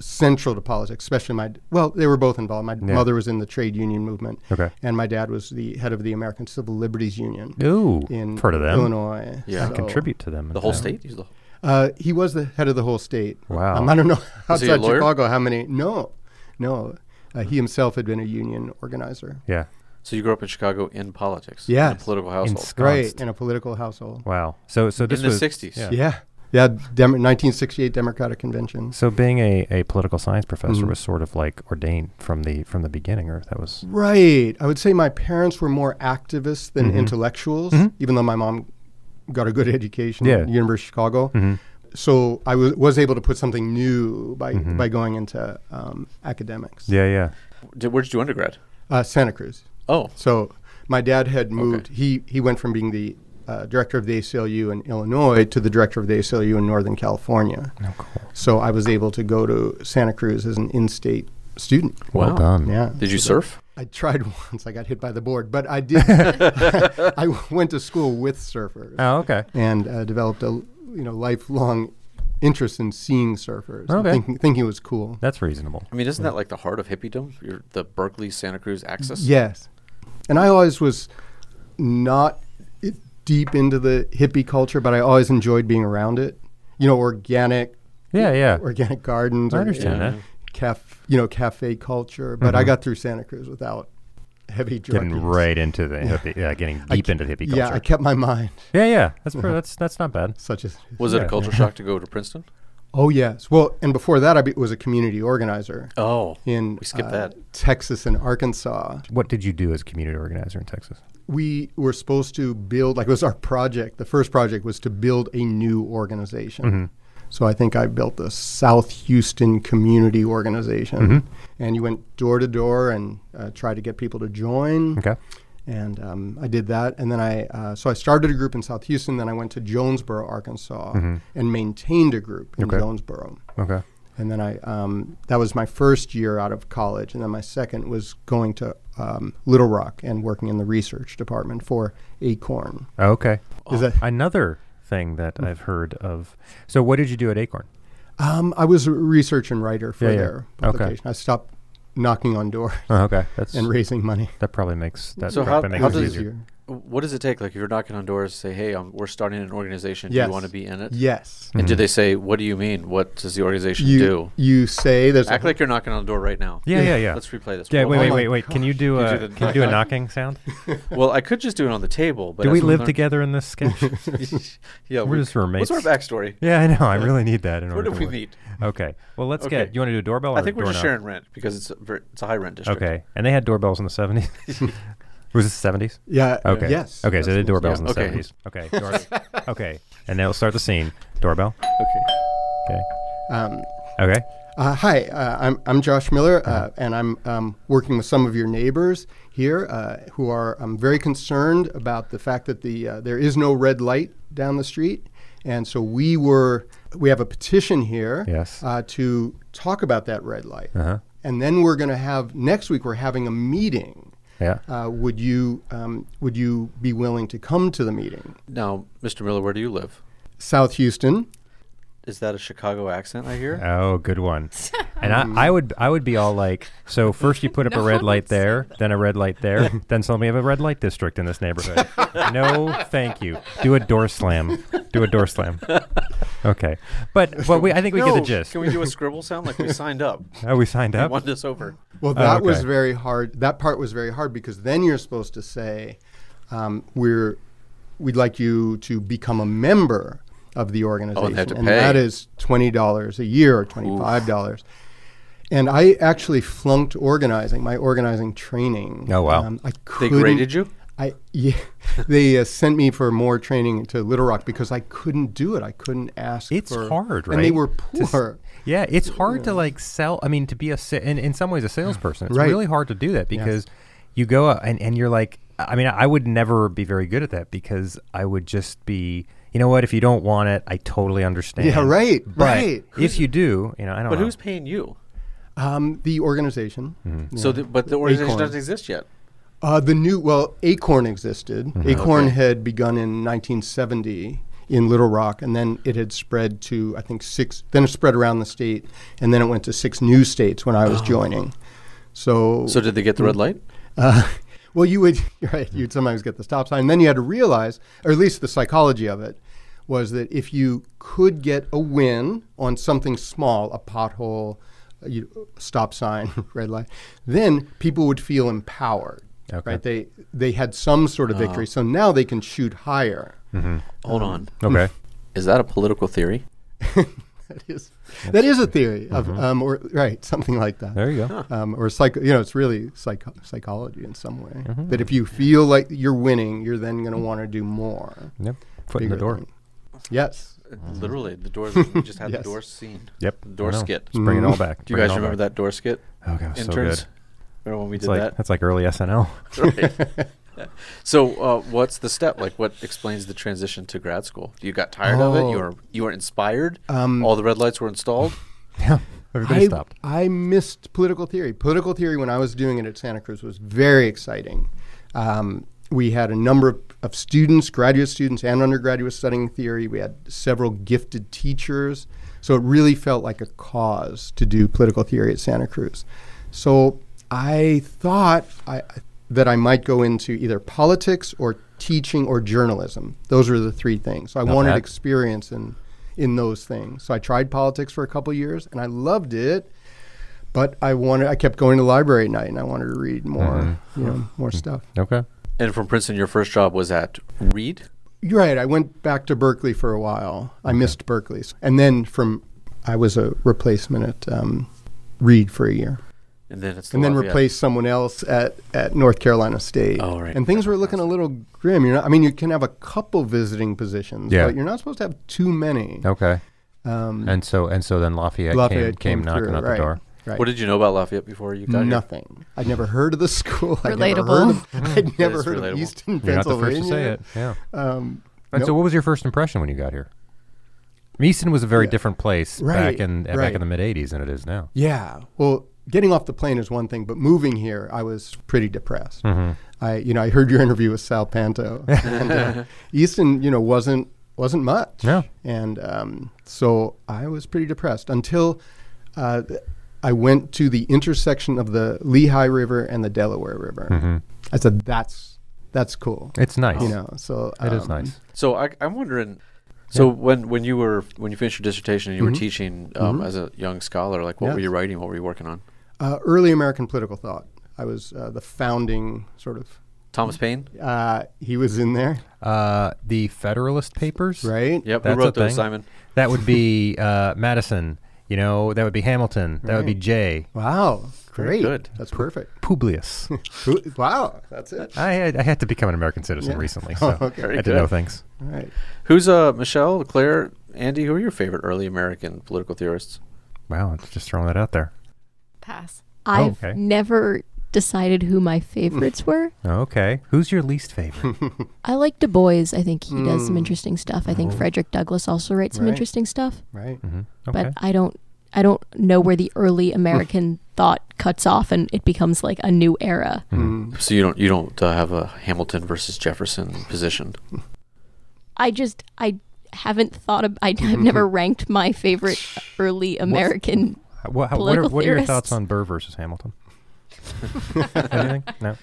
[SPEAKER 5] central to politics, especially my, d- well, they were both involved. My
[SPEAKER 4] Yeah.
[SPEAKER 5] mother was in the trade union movement.
[SPEAKER 4] Okay.
[SPEAKER 5] And my dad was the head of the American Civil Liberties Union
[SPEAKER 4] Ooh,
[SPEAKER 5] in
[SPEAKER 4] heard of them.
[SPEAKER 5] Illinois.
[SPEAKER 3] Yeah. I
[SPEAKER 5] So,
[SPEAKER 4] Contribute to them. in
[SPEAKER 3] The whole
[SPEAKER 4] town.
[SPEAKER 3] state. He's the whole-
[SPEAKER 5] Uh, he was the head of the whole state.
[SPEAKER 4] Wow.
[SPEAKER 5] Um, I don't know
[SPEAKER 3] Was he a
[SPEAKER 5] outside
[SPEAKER 3] lawyer?
[SPEAKER 5] Chicago how many. No, no. Uh, he himself had been a union organizer.
[SPEAKER 4] Yeah.
[SPEAKER 3] So you grew up in Chicago in politics. In a
[SPEAKER 5] Yes.
[SPEAKER 3] political household.
[SPEAKER 4] Scotland. Const.
[SPEAKER 5] Right. In a political household.
[SPEAKER 4] Wow. So so this
[SPEAKER 3] in the
[SPEAKER 4] was.
[SPEAKER 3] sixties.
[SPEAKER 4] yeah.
[SPEAKER 5] Yeah. Yeah. Dem- 1968 Democratic Convention.
[SPEAKER 4] So being a, a political science professor
[SPEAKER 5] Mhm.
[SPEAKER 4] was sort of like ordained from the from the beginning, or that was
[SPEAKER 5] Right. I would say my parents were more activists than
[SPEAKER 4] Mhm.
[SPEAKER 5] intellectuals,
[SPEAKER 4] Mhm.
[SPEAKER 5] even though my mom got a good education
[SPEAKER 4] Yeah. Mm.
[SPEAKER 5] at the University of Chicago. so I was was able to put something new by by going into um, academics.
[SPEAKER 4] Mm-hmm. Yeah, yeah.
[SPEAKER 3] Did, where did you do undergrad?
[SPEAKER 5] Uh, Santa Cruz.
[SPEAKER 3] Oh,
[SPEAKER 5] So my dad had moved. He he went from being the uh, director of the ACLU in Illinois to the director of the ACLU in Northern California.
[SPEAKER 4] Oh, cool.
[SPEAKER 5] So I was able to go to Santa Cruz as an in-state student.
[SPEAKER 4] Well
[SPEAKER 3] Wow.
[SPEAKER 4] done.
[SPEAKER 5] Yeah.
[SPEAKER 3] Did you surf?
[SPEAKER 5] I tried once. I got hit by the board, but I did. I went to school with surfers
[SPEAKER 4] Oh, okay.
[SPEAKER 5] and uh, developed a you know lifelong interest in seeing surfers. and
[SPEAKER 4] Okay.
[SPEAKER 5] Thinking, thinking it was cool.
[SPEAKER 4] That's reasonable.
[SPEAKER 3] I mean, isn't that like the heart of hippiedom? You're the Berkeley Santa Cruz axis.
[SPEAKER 5] Yes. And I always was not i- deep into the hippie culture, but I always enjoyed being around it. You know, organic,
[SPEAKER 4] Yeah, yeah.
[SPEAKER 5] organic gardens.
[SPEAKER 4] I
[SPEAKER 5] or,
[SPEAKER 4] understand
[SPEAKER 3] Yeah.
[SPEAKER 4] that. Mm-hmm.
[SPEAKER 5] Caf, you know, cafe culture. But I got through Santa Cruz without heavy drug
[SPEAKER 4] Getting
[SPEAKER 5] use.
[SPEAKER 4] right into the hippie, yeah, getting deep into the hippie culture.
[SPEAKER 5] Yeah, I kept my mind
[SPEAKER 4] yeah, yeah. That's pretty, that's that's not bad.
[SPEAKER 5] such as.
[SPEAKER 3] Was it a culture shock to go to Princeton?
[SPEAKER 5] Oh yes. Well, and before that, I be, was a community organizer
[SPEAKER 3] Oh,
[SPEAKER 5] in
[SPEAKER 3] we skipped
[SPEAKER 5] uh,
[SPEAKER 3] that.
[SPEAKER 5] Texas and Arkansas.
[SPEAKER 4] What did you do as a community organizer in Texas?
[SPEAKER 5] we were supposed to build like it was our project the first project was to build a new organization
[SPEAKER 3] Mm-hmm.
[SPEAKER 5] so i think i built the south houston community organization
[SPEAKER 3] Mm-hmm.
[SPEAKER 5] and you went door to door and uh, tried to get people to join
[SPEAKER 4] Okay.
[SPEAKER 5] and um, i did that and then i uh, so i started a group in south houston then i went to jonesboro arkansas
[SPEAKER 3] Mm-hmm.
[SPEAKER 5] and maintained a group in
[SPEAKER 4] Okay.
[SPEAKER 5] jonesboro
[SPEAKER 4] Okay.
[SPEAKER 5] and then I um, that was my first year out of college, and then my second was going to um, Little Rock and working in the research department for Acorn.
[SPEAKER 4] Okay.
[SPEAKER 5] Is that
[SPEAKER 4] Another thing that I've heard of. So, what did you do at Acorn?
[SPEAKER 5] um, I was a research and writer for
[SPEAKER 4] Oh. Yeah, yeah.
[SPEAKER 5] their
[SPEAKER 4] Okay.
[SPEAKER 5] publication. I stopped knocking on doors
[SPEAKER 4] Oh, okay. That's
[SPEAKER 5] and raising money.
[SPEAKER 4] that probably makes that
[SPEAKER 3] So how-
[SPEAKER 4] probably makes
[SPEAKER 3] how
[SPEAKER 4] it
[SPEAKER 3] does-
[SPEAKER 4] easier.
[SPEAKER 3] What does it take? Like, if you're knocking on doors, say, "Hey, um, we're starting an organization. Do
[SPEAKER 5] Yes.
[SPEAKER 3] you want to be in it?"
[SPEAKER 5] Yes,
[SPEAKER 4] Mm-hmm.
[SPEAKER 3] And do they say, "What do you mean? What does the organization
[SPEAKER 5] you
[SPEAKER 3] do?"
[SPEAKER 5] you say there's a
[SPEAKER 3] Act like you're knocking on the door right now.
[SPEAKER 4] Yeah, yeah, yeah.
[SPEAKER 3] Let's replay this.
[SPEAKER 4] Yeah.
[SPEAKER 3] Well,
[SPEAKER 4] Wait,
[SPEAKER 5] Oh
[SPEAKER 4] wait,
[SPEAKER 5] my
[SPEAKER 4] wait, wait. Can you do
[SPEAKER 3] You
[SPEAKER 4] a
[SPEAKER 3] do the
[SPEAKER 4] can you do a
[SPEAKER 3] knock-
[SPEAKER 4] knocking sound?
[SPEAKER 3] Well, I could just do it on the table, but
[SPEAKER 4] Do we
[SPEAKER 3] as
[SPEAKER 4] live
[SPEAKER 3] learn-
[SPEAKER 4] together in this sketch?
[SPEAKER 3] yeah,
[SPEAKER 4] We're just roommates.
[SPEAKER 3] What's our backstory?
[SPEAKER 4] yeah, I know. I really need that. In
[SPEAKER 3] Where
[SPEAKER 4] order
[SPEAKER 3] did
[SPEAKER 4] to
[SPEAKER 3] we
[SPEAKER 4] work.
[SPEAKER 3] meet?
[SPEAKER 4] Okay. Well, let's
[SPEAKER 3] Okay.
[SPEAKER 4] get. You want to do a doorbell?
[SPEAKER 3] I
[SPEAKER 4] or
[SPEAKER 3] think we're just
[SPEAKER 4] doorknob?
[SPEAKER 3] sharing rent because it's a, ver- it's a high rent district.
[SPEAKER 4] Okay. And they had doorbells in the 70s? Was it the 70s?
[SPEAKER 5] yeah
[SPEAKER 4] Okay.
[SPEAKER 5] yes
[SPEAKER 4] Okay, so they had
[SPEAKER 5] Absolutely.
[SPEAKER 4] doorbells
[SPEAKER 3] Yeah.
[SPEAKER 4] in the 70s. Okay. Door- okay. And now we'll start the scene. Doorbell.
[SPEAKER 3] Okay.
[SPEAKER 4] Okay.
[SPEAKER 5] Um,
[SPEAKER 4] Okay.
[SPEAKER 5] Uh, hi, uh, I'm, I'm Josh Miller, uh, and I'm um, working with some of your neighbors here uh, who are um, very concerned about the fact that the uh, there is no red light down the street, and so we were we have a petition here
[SPEAKER 4] Yes.
[SPEAKER 5] uh, to talk about that red light, and then we're going to have next week we're having a meeting.
[SPEAKER 4] Yeah.
[SPEAKER 5] Uh, would you um, would you be willing to come to the meeting?
[SPEAKER 3] Now, Mr. Miller, where do you live?
[SPEAKER 5] South Houston.
[SPEAKER 3] Is that a Chicago accent I hear?
[SPEAKER 4] Oh, good one. And I, I would I would be all like, so first you put up a red light there, then a red light there, then suddenly we have a red light district in this neighborhood. no, thank you. Do a door slam. Do a door slam. Okay. But but we I think we get
[SPEAKER 3] No,
[SPEAKER 4] the gist.
[SPEAKER 3] Can we do a scribble sound like we signed up?
[SPEAKER 4] oh, we signed
[SPEAKER 3] They
[SPEAKER 4] up.
[SPEAKER 3] won this over.
[SPEAKER 5] Well, that was
[SPEAKER 4] Oh, okay.
[SPEAKER 5] very hard. That part was very hard because then you're supposed to say, um, "We're, we'd like you to become a member of the organization,
[SPEAKER 3] have to pay.
[SPEAKER 5] that is twenty dollars a year or twenty five dollars." And I actually flunked organizing, my organizing training. Um,
[SPEAKER 4] Oh, wow.
[SPEAKER 5] I
[SPEAKER 3] They
[SPEAKER 5] couldn't,
[SPEAKER 3] graded you?
[SPEAKER 5] I yeah, they uh, sent me for more training to Little Rock because I couldn't do it. I couldn't ask.
[SPEAKER 4] It's
[SPEAKER 5] for-
[SPEAKER 4] hard, right?
[SPEAKER 5] And they were
[SPEAKER 4] To s-
[SPEAKER 5] poor.
[SPEAKER 4] yeah, it's hard to like sell. I mean, to be a sa- in, in some ways a salesperson, it's
[SPEAKER 5] Right.
[SPEAKER 4] really hard to do that because you go out and and you're like, I mean, I would never be very good at that because I would just be, you know what? If you don't want it, I totally understand.
[SPEAKER 5] Yeah, right,
[SPEAKER 4] But
[SPEAKER 5] right.
[SPEAKER 4] if you do, you know, I don't.
[SPEAKER 3] But
[SPEAKER 4] know.
[SPEAKER 3] who's paying you?
[SPEAKER 5] um, the organization.
[SPEAKER 4] Mm-hmm.
[SPEAKER 3] So, the, but the organization
[SPEAKER 5] Acorn.
[SPEAKER 3] doesn't exist yet.
[SPEAKER 5] Uh, the new, well, Acorn existed. Acorn had begun in 1970 in Little Rock, and then it had spread to, I think, six, then it spread around the state, and then it went to six new states when I was joining. So,
[SPEAKER 3] So, did they get the
[SPEAKER 4] Mm.
[SPEAKER 3] red light?
[SPEAKER 5] uh, well, you would, you're right, you'd sometimes get the stop sign. And then you had to realize, or at least the psychology of it, was that if you could get a win on something small, a pothole, a you- stop sign, red light, then people would feel empowered.
[SPEAKER 4] Okay.
[SPEAKER 5] Right? They they had some sort of victory, so now they can shoot higher.
[SPEAKER 3] Hold on.
[SPEAKER 4] okay?
[SPEAKER 3] Is that a political theory?
[SPEAKER 5] That is, that is a theory of um, or right something like that.
[SPEAKER 4] There you go.
[SPEAKER 5] um, or psych, you know, it's really psych- psychology in some way.
[SPEAKER 4] Mm-hmm.
[SPEAKER 5] That if you feel like you're winning, you're then going to want to do more.
[SPEAKER 4] Yep. Foot in the
[SPEAKER 5] Bigger
[SPEAKER 4] door.
[SPEAKER 5] thing. Yes.
[SPEAKER 3] Literally, the doors. we just had
[SPEAKER 5] Yes.
[SPEAKER 3] the door scene.
[SPEAKER 4] Yep. I
[SPEAKER 3] Door
[SPEAKER 4] know.
[SPEAKER 3] skit.
[SPEAKER 4] Just bring it all
[SPEAKER 5] Mhm.
[SPEAKER 4] back.
[SPEAKER 3] Do you guys remember that door skit?
[SPEAKER 4] that? Oh, God, it was so good.
[SPEAKER 3] Interns. Remember when we
[SPEAKER 4] It's
[SPEAKER 3] did
[SPEAKER 4] like,
[SPEAKER 3] that?
[SPEAKER 4] That's like early SNL.
[SPEAKER 3] Right. so, uh, what's the step? Like, what explains the transition to grad school? You got tired of it.
[SPEAKER 5] Oh.
[SPEAKER 3] You were you were inspired.
[SPEAKER 5] Um,
[SPEAKER 3] All the red lights were installed.
[SPEAKER 4] yeah. Everybody
[SPEAKER 5] I,
[SPEAKER 4] stopped.
[SPEAKER 5] I missed political theory. Political theory, when I was doing it at Santa Cruz, was very exciting. Um, we had a number of, of students, graduate students, and undergraduates studying theory. We had several gifted teachers. So it really felt like a cause to do political theory at Santa Cruz. So I thought I, that I might go into either politics or teaching or journalism. Those were the three things. So I
[SPEAKER 4] Not
[SPEAKER 5] wanted
[SPEAKER 4] bad.
[SPEAKER 5] ex- experience in in those things. So I tried politics for a couple years and I loved it, but I wanted I kept going to the library at night and I wanted to read more,
[SPEAKER 4] Mm-hmm.
[SPEAKER 5] you know, more stuff.
[SPEAKER 4] Okay.
[SPEAKER 3] And from Princeton, your first job was at Reed.
[SPEAKER 5] You're right. I went back to Berkeley for a while. I missed Berkeley, and then from I was a replacement at um, Reed for a year,
[SPEAKER 3] And then it's
[SPEAKER 5] and then
[SPEAKER 3] Lafayette.
[SPEAKER 5] replaced someone else at, at North Carolina State.
[SPEAKER 3] Oh, right.
[SPEAKER 5] And things were looking a little grim. You're not. I mean, you can have a couple visiting positions,
[SPEAKER 4] Yeah.
[SPEAKER 5] but you're not supposed to have too many.
[SPEAKER 4] Okay.
[SPEAKER 5] Um,
[SPEAKER 4] And so and so then Lafayette,
[SPEAKER 5] Lafayette
[SPEAKER 4] came, came knocking
[SPEAKER 5] through,
[SPEAKER 4] at
[SPEAKER 5] right,
[SPEAKER 4] the door.
[SPEAKER 5] Right.
[SPEAKER 3] What did you know about Lafayette before you got here?
[SPEAKER 5] Nothing. I'd never heard of the school. I'd never heard
[SPEAKER 1] Relatable.
[SPEAKER 5] of, I'd never
[SPEAKER 3] is
[SPEAKER 5] heard
[SPEAKER 3] relatable.
[SPEAKER 5] of Easton,
[SPEAKER 4] You're not the
[SPEAKER 5] Pennsylvania.
[SPEAKER 4] first to say it. Yeah.
[SPEAKER 5] Um,
[SPEAKER 4] And so
[SPEAKER 5] Nope.
[SPEAKER 4] what was your first impression when you got here? Easton was a very
[SPEAKER 5] Yeah.
[SPEAKER 4] different place back
[SPEAKER 5] Right,
[SPEAKER 4] in back
[SPEAKER 5] right.
[SPEAKER 4] in the mid 80s than it is now.
[SPEAKER 5] yeah. Well, getting off the plane is one thing, but moving here, I was pretty depressed.
[SPEAKER 4] Mm-hmm.
[SPEAKER 5] I, you know, I heard your interview with Sal Panto. and, uh, Easton, you know, wasn't wasn't much.
[SPEAKER 4] No.
[SPEAKER 5] And um, so I was pretty depressed until uh, I went to the intersection of the Lehigh River and the Delaware River.
[SPEAKER 4] Mm-hmm.
[SPEAKER 5] I said, "That's that's cool."
[SPEAKER 4] It's nice.
[SPEAKER 5] you know, so
[SPEAKER 4] It is
[SPEAKER 5] um,
[SPEAKER 4] nice.
[SPEAKER 3] So I, I'm wondering. So when, when you were when you finished your dissertation and you were teaching um, as a young scholar, like what were
[SPEAKER 5] Mm-hmm. Yes.
[SPEAKER 3] you writing? What were you working on?
[SPEAKER 5] Uh, early American political thought. I was uh, the founding sort of.
[SPEAKER 3] Thomas Paine.
[SPEAKER 5] Uh, he was in there,
[SPEAKER 4] Uh, the Federalist Papers.
[SPEAKER 5] right?
[SPEAKER 3] Yep.
[SPEAKER 4] That's
[SPEAKER 3] who
[SPEAKER 4] a
[SPEAKER 3] wrote those,
[SPEAKER 4] thing.
[SPEAKER 3] Simon?
[SPEAKER 4] That would be uh, Madison. You know, that would be Hamilton. That would be Jay.
[SPEAKER 5] Wow, great.
[SPEAKER 3] good.
[SPEAKER 5] That's perfect.
[SPEAKER 4] Publius.
[SPEAKER 5] Who- wow, that's it.
[SPEAKER 4] I had, I had to become an American citizen
[SPEAKER 5] Yeah.
[SPEAKER 4] recently, so
[SPEAKER 5] Oh, okay.
[SPEAKER 4] I
[SPEAKER 5] Very
[SPEAKER 4] had to know things.
[SPEAKER 5] All right.
[SPEAKER 3] Who's uh Michelle, Claire, Andy? Who are your favorite early American political theorists?
[SPEAKER 4] Wow, it's just throwing that out there.
[SPEAKER 6] Pass.
[SPEAKER 7] I've
[SPEAKER 4] okay.
[SPEAKER 7] never decided who my favorites were.
[SPEAKER 4] Okay, who's your least favorite?
[SPEAKER 7] I like Du Bois. I think he does some interesting stuff. I think Frederick Douglass also writes some
[SPEAKER 5] Right.
[SPEAKER 7] interesting stuff.
[SPEAKER 5] Right.
[SPEAKER 4] Mm-hmm. Okay,
[SPEAKER 7] But I don't I don't know where the early American thought cuts off and it becomes like a new era.
[SPEAKER 3] So you don't you don't uh, have a Hamilton versus Jefferson position.
[SPEAKER 7] I just I haven't thought of I, I've never
[SPEAKER 3] Mm-hmm.
[SPEAKER 7] ranked my favorite early American
[SPEAKER 4] Uh, wha- how- what, are,
[SPEAKER 7] political
[SPEAKER 4] what are your
[SPEAKER 7] theorists.
[SPEAKER 4] thoughts on Burr versus Hamilton? Anything? No.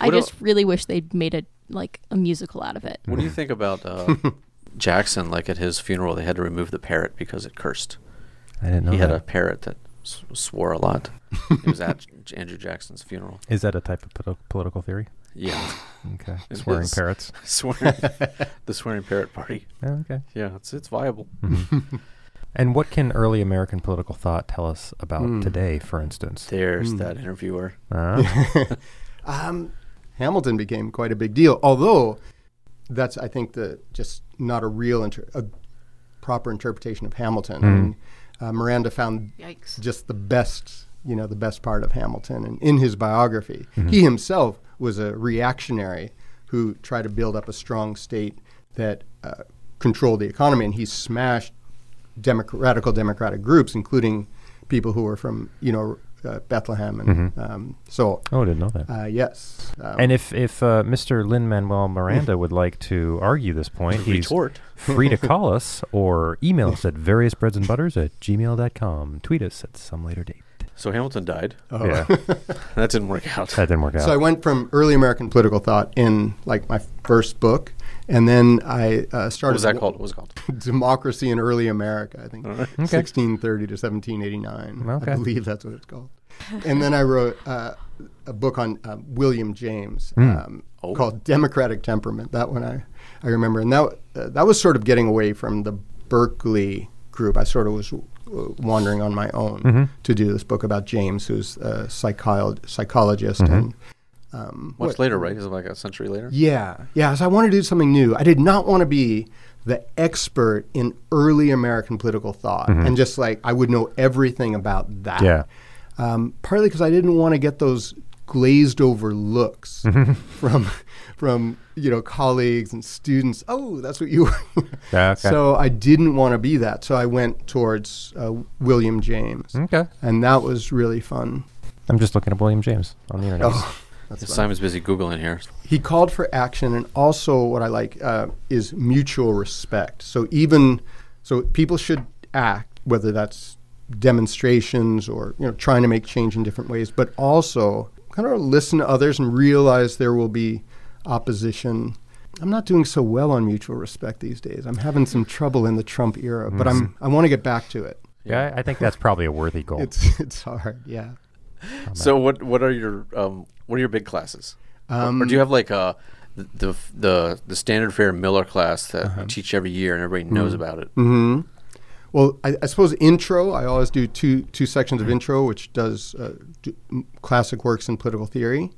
[SPEAKER 7] I
[SPEAKER 3] What el-
[SPEAKER 7] just really wish they'd made a like a musical out of it.
[SPEAKER 3] What do you think
[SPEAKER 5] Hmm.
[SPEAKER 3] about uh, Jackson? Like at his funeral, they had to remove the parrot because it cursed.
[SPEAKER 4] I didn't know
[SPEAKER 3] he
[SPEAKER 4] that.
[SPEAKER 3] had a parrot that s- swore a lot. it was at J- Andrew Jackson's funeral.
[SPEAKER 4] Is that a type of poli- political theory?
[SPEAKER 3] Yeah,
[SPEAKER 4] Okay,
[SPEAKER 3] It
[SPEAKER 4] swearing
[SPEAKER 3] is.
[SPEAKER 4] parrots.
[SPEAKER 3] swearing the swearing parrot party.
[SPEAKER 4] Oh, okay. Mm-hmm.
[SPEAKER 3] Yeah, it's it's viable.
[SPEAKER 4] And what can early American political thought tell us about
[SPEAKER 5] Hmm.
[SPEAKER 4] today, for instance?
[SPEAKER 3] There's that interviewer.
[SPEAKER 4] Uh,
[SPEAKER 5] Um, Hamilton became quite a big deal, although that's I think the just not a real inter- a proper interpretation of Hamilton. And,
[SPEAKER 3] Hmm.
[SPEAKER 5] uh, Miranda found
[SPEAKER 1] Yikes.
[SPEAKER 5] just the best, you know, the best part of Hamilton. And in his biography,
[SPEAKER 3] Mm-hmm.
[SPEAKER 5] he himself was a reactionary who tried to build up a strong state that uh, controlled the economy, and he smashed democ- radical democratic groups, including people who were from, you know, uh, Bethlehem, and
[SPEAKER 3] Mm-hmm.
[SPEAKER 5] um, so.
[SPEAKER 4] oh, I didn't know that.
[SPEAKER 5] Uh, yes. Um,
[SPEAKER 4] And if if uh, Mr. Lin Manuel Miranda would like to argue this point, he's
[SPEAKER 3] Retort.
[SPEAKER 4] free to call us or email us at variousbreadsandbutters at gmail.com. Tweet us at some later date.
[SPEAKER 3] So Hamilton died.
[SPEAKER 5] Oh.
[SPEAKER 4] Yeah,
[SPEAKER 3] That didn't work out.
[SPEAKER 4] that didn't work out.
[SPEAKER 5] So I went from early American political thought in like my first book, and then I uh,
[SPEAKER 3] What
[SPEAKER 5] started.
[SPEAKER 3] was that called? What was it called?
[SPEAKER 5] Democracy in Early America, I think. 1630 to 1789.
[SPEAKER 4] Okay.
[SPEAKER 5] I believe that's what it's called. And then I wrote uh, a book on uh, William James um, called Democratic Temperament. That one I, I remember. And that, uh, that was sort of getting away from the Berkeley group. I sort of was uh, wandering on my own to do this book about James, who's a psycholo- psychologist and Um,
[SPEAKER 3] Much
[SPEAKER 5] what-
[SPEAKER 3] later, right? Is it like a century later?
[SPEAKER 5] Yeah, yeah. So I wanted to do something new. I did not want to be the expert in early American political thought and just like I would know everything about that.
[SPEAKER 4] Mm-hmm. Yeah.
[SPEAKER 5] Um, partly because I didn't want to get those glazed over looks
[SPEAKER 4] Mm-hmm.
[SPEAKER 5] from from you know colleagues and students. Oh, that's what you were.
[SPEAKER 4] Yeah, okay.
[SPEAKER 5] So I didn't want to be that. So I went towards uh, William James,
[SPEAKER 4] Okay.
[SPEAKER 5] and that was really fun.
[SPEAKER 4] I'm just looking at William James on the internet.
[SPEAKER 5] Oh,
[SPEAKER 3] Yeah, Simon's busy Googling here.
[SPEAKER 5] he called for action and also what i like uh, is mutual respect so even so people should act whether that's demonstrations or you know trying to make change in different ways but also kind of listen to others and realize there will be opposition i'm not doing so well on mutual respect these days i'm having some trouble in the trump era but i'm i want to get back to it
[SPEAKER 4] Yeah, I I think that's probably a worthy goal.
[SPEAKER 5] it's it's hard yeah
[SPEAKER 3] So what what are your um, what are your big classes? or do you have like a the the the standard fare Miller class that you teach every year and everybody knows about it?
[SPEAKER 5] Well, I, I suppose intro. I always do two two sections of intro, which does uh, do m- classic works in political theory.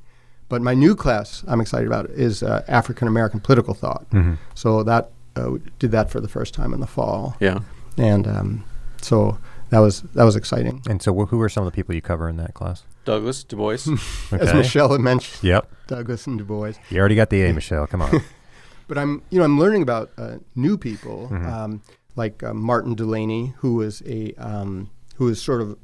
[SPEAKER 5] But my new class I'm excited about is uh, African American political thought.
[SPEAKER 4] Hmm. Mm-hmm.
[SPEAKER 5] So that uh, we did that for the first time in the fall,
[SPEAKER 3] Yeah.
[SPEAKER 5] and um, so that was that was exciting.
[SPEAKER 4] And so, wh- who are some of the people you cover in that class?
[SPEAKER 3] Douglas, Du Bois.
[SPEAKER 5] As
[SPEAKER 4] Okay.
[SPEAKER 5] Michelle had mentioned,
[SPEAKER 4] Yep.
[SPEAKER 5] Douglas and Du Bois.
[SPEAKER 4] You already got the A, Michelle. Come on.
[SPEAKER 5] But I'm you know I'm learning about uh, new people um, like uh, Martin Delaney, who was a um, who is sort of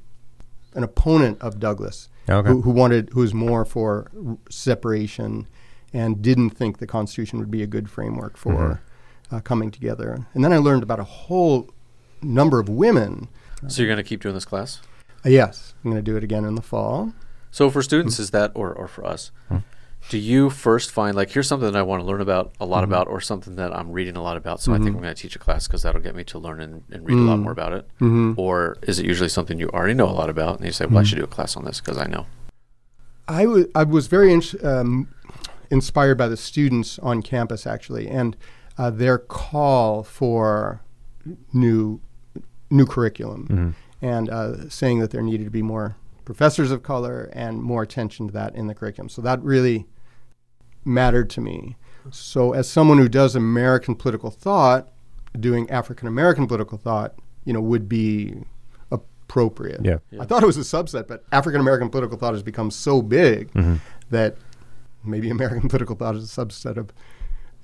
[SPEAKER 5] an opponent of Douglas,
[SPEAKER 4] Okay.
[SPEAKER 5] who, who wanted who was more for r- separation and didn't think the Constitution would be a good framework for uh, coming together. And then I learned about a whole number of women.
[SPEAKER 3] so you're gonna keep doing this class?
[SPEAKER 5] Uh, yes, I'm going to do it again in the fall.
[SPEAKER 3] So for students, is that or or for us?
[SPEAKER 5] Hmm.
[SPEAKER 3] Do you first find like here's something that I want to learn about a lot
[SPEAKER 5] Mm-hmm.
[SPEAKER 3] about, or something that I'm reading a lot about? So I think I'm going to teach a class because that'll get me to learn and, and read a
[SPEAKER 5] Mm.
[SPEAKER 3] lot more about it.
[SPEAKER 5] Mm-hmm.
[SPEAKER 3] Or is it usually something you already know a lot about, and you say, "Well, I should do a class on this because I know."
[SPEAKER 5] I wa- I was very ins- um, inspired by the students on campus actually, and uh, their call for new new curriculum,
[SPEAKER 4] Mm-hmm.
[SPEAKER 5] and uh, saying that there needed to be more professors of color and more attention to that in the curriculum. So that really mattered to me. So as someone who does American political thought, doing African American political thought, you know, would be appropriate.
[SPEAKER 4] Yeah.
[SPEAKER 5] I thought it was a subset, but African American political thought has become so big that maybe American political thought is a subset of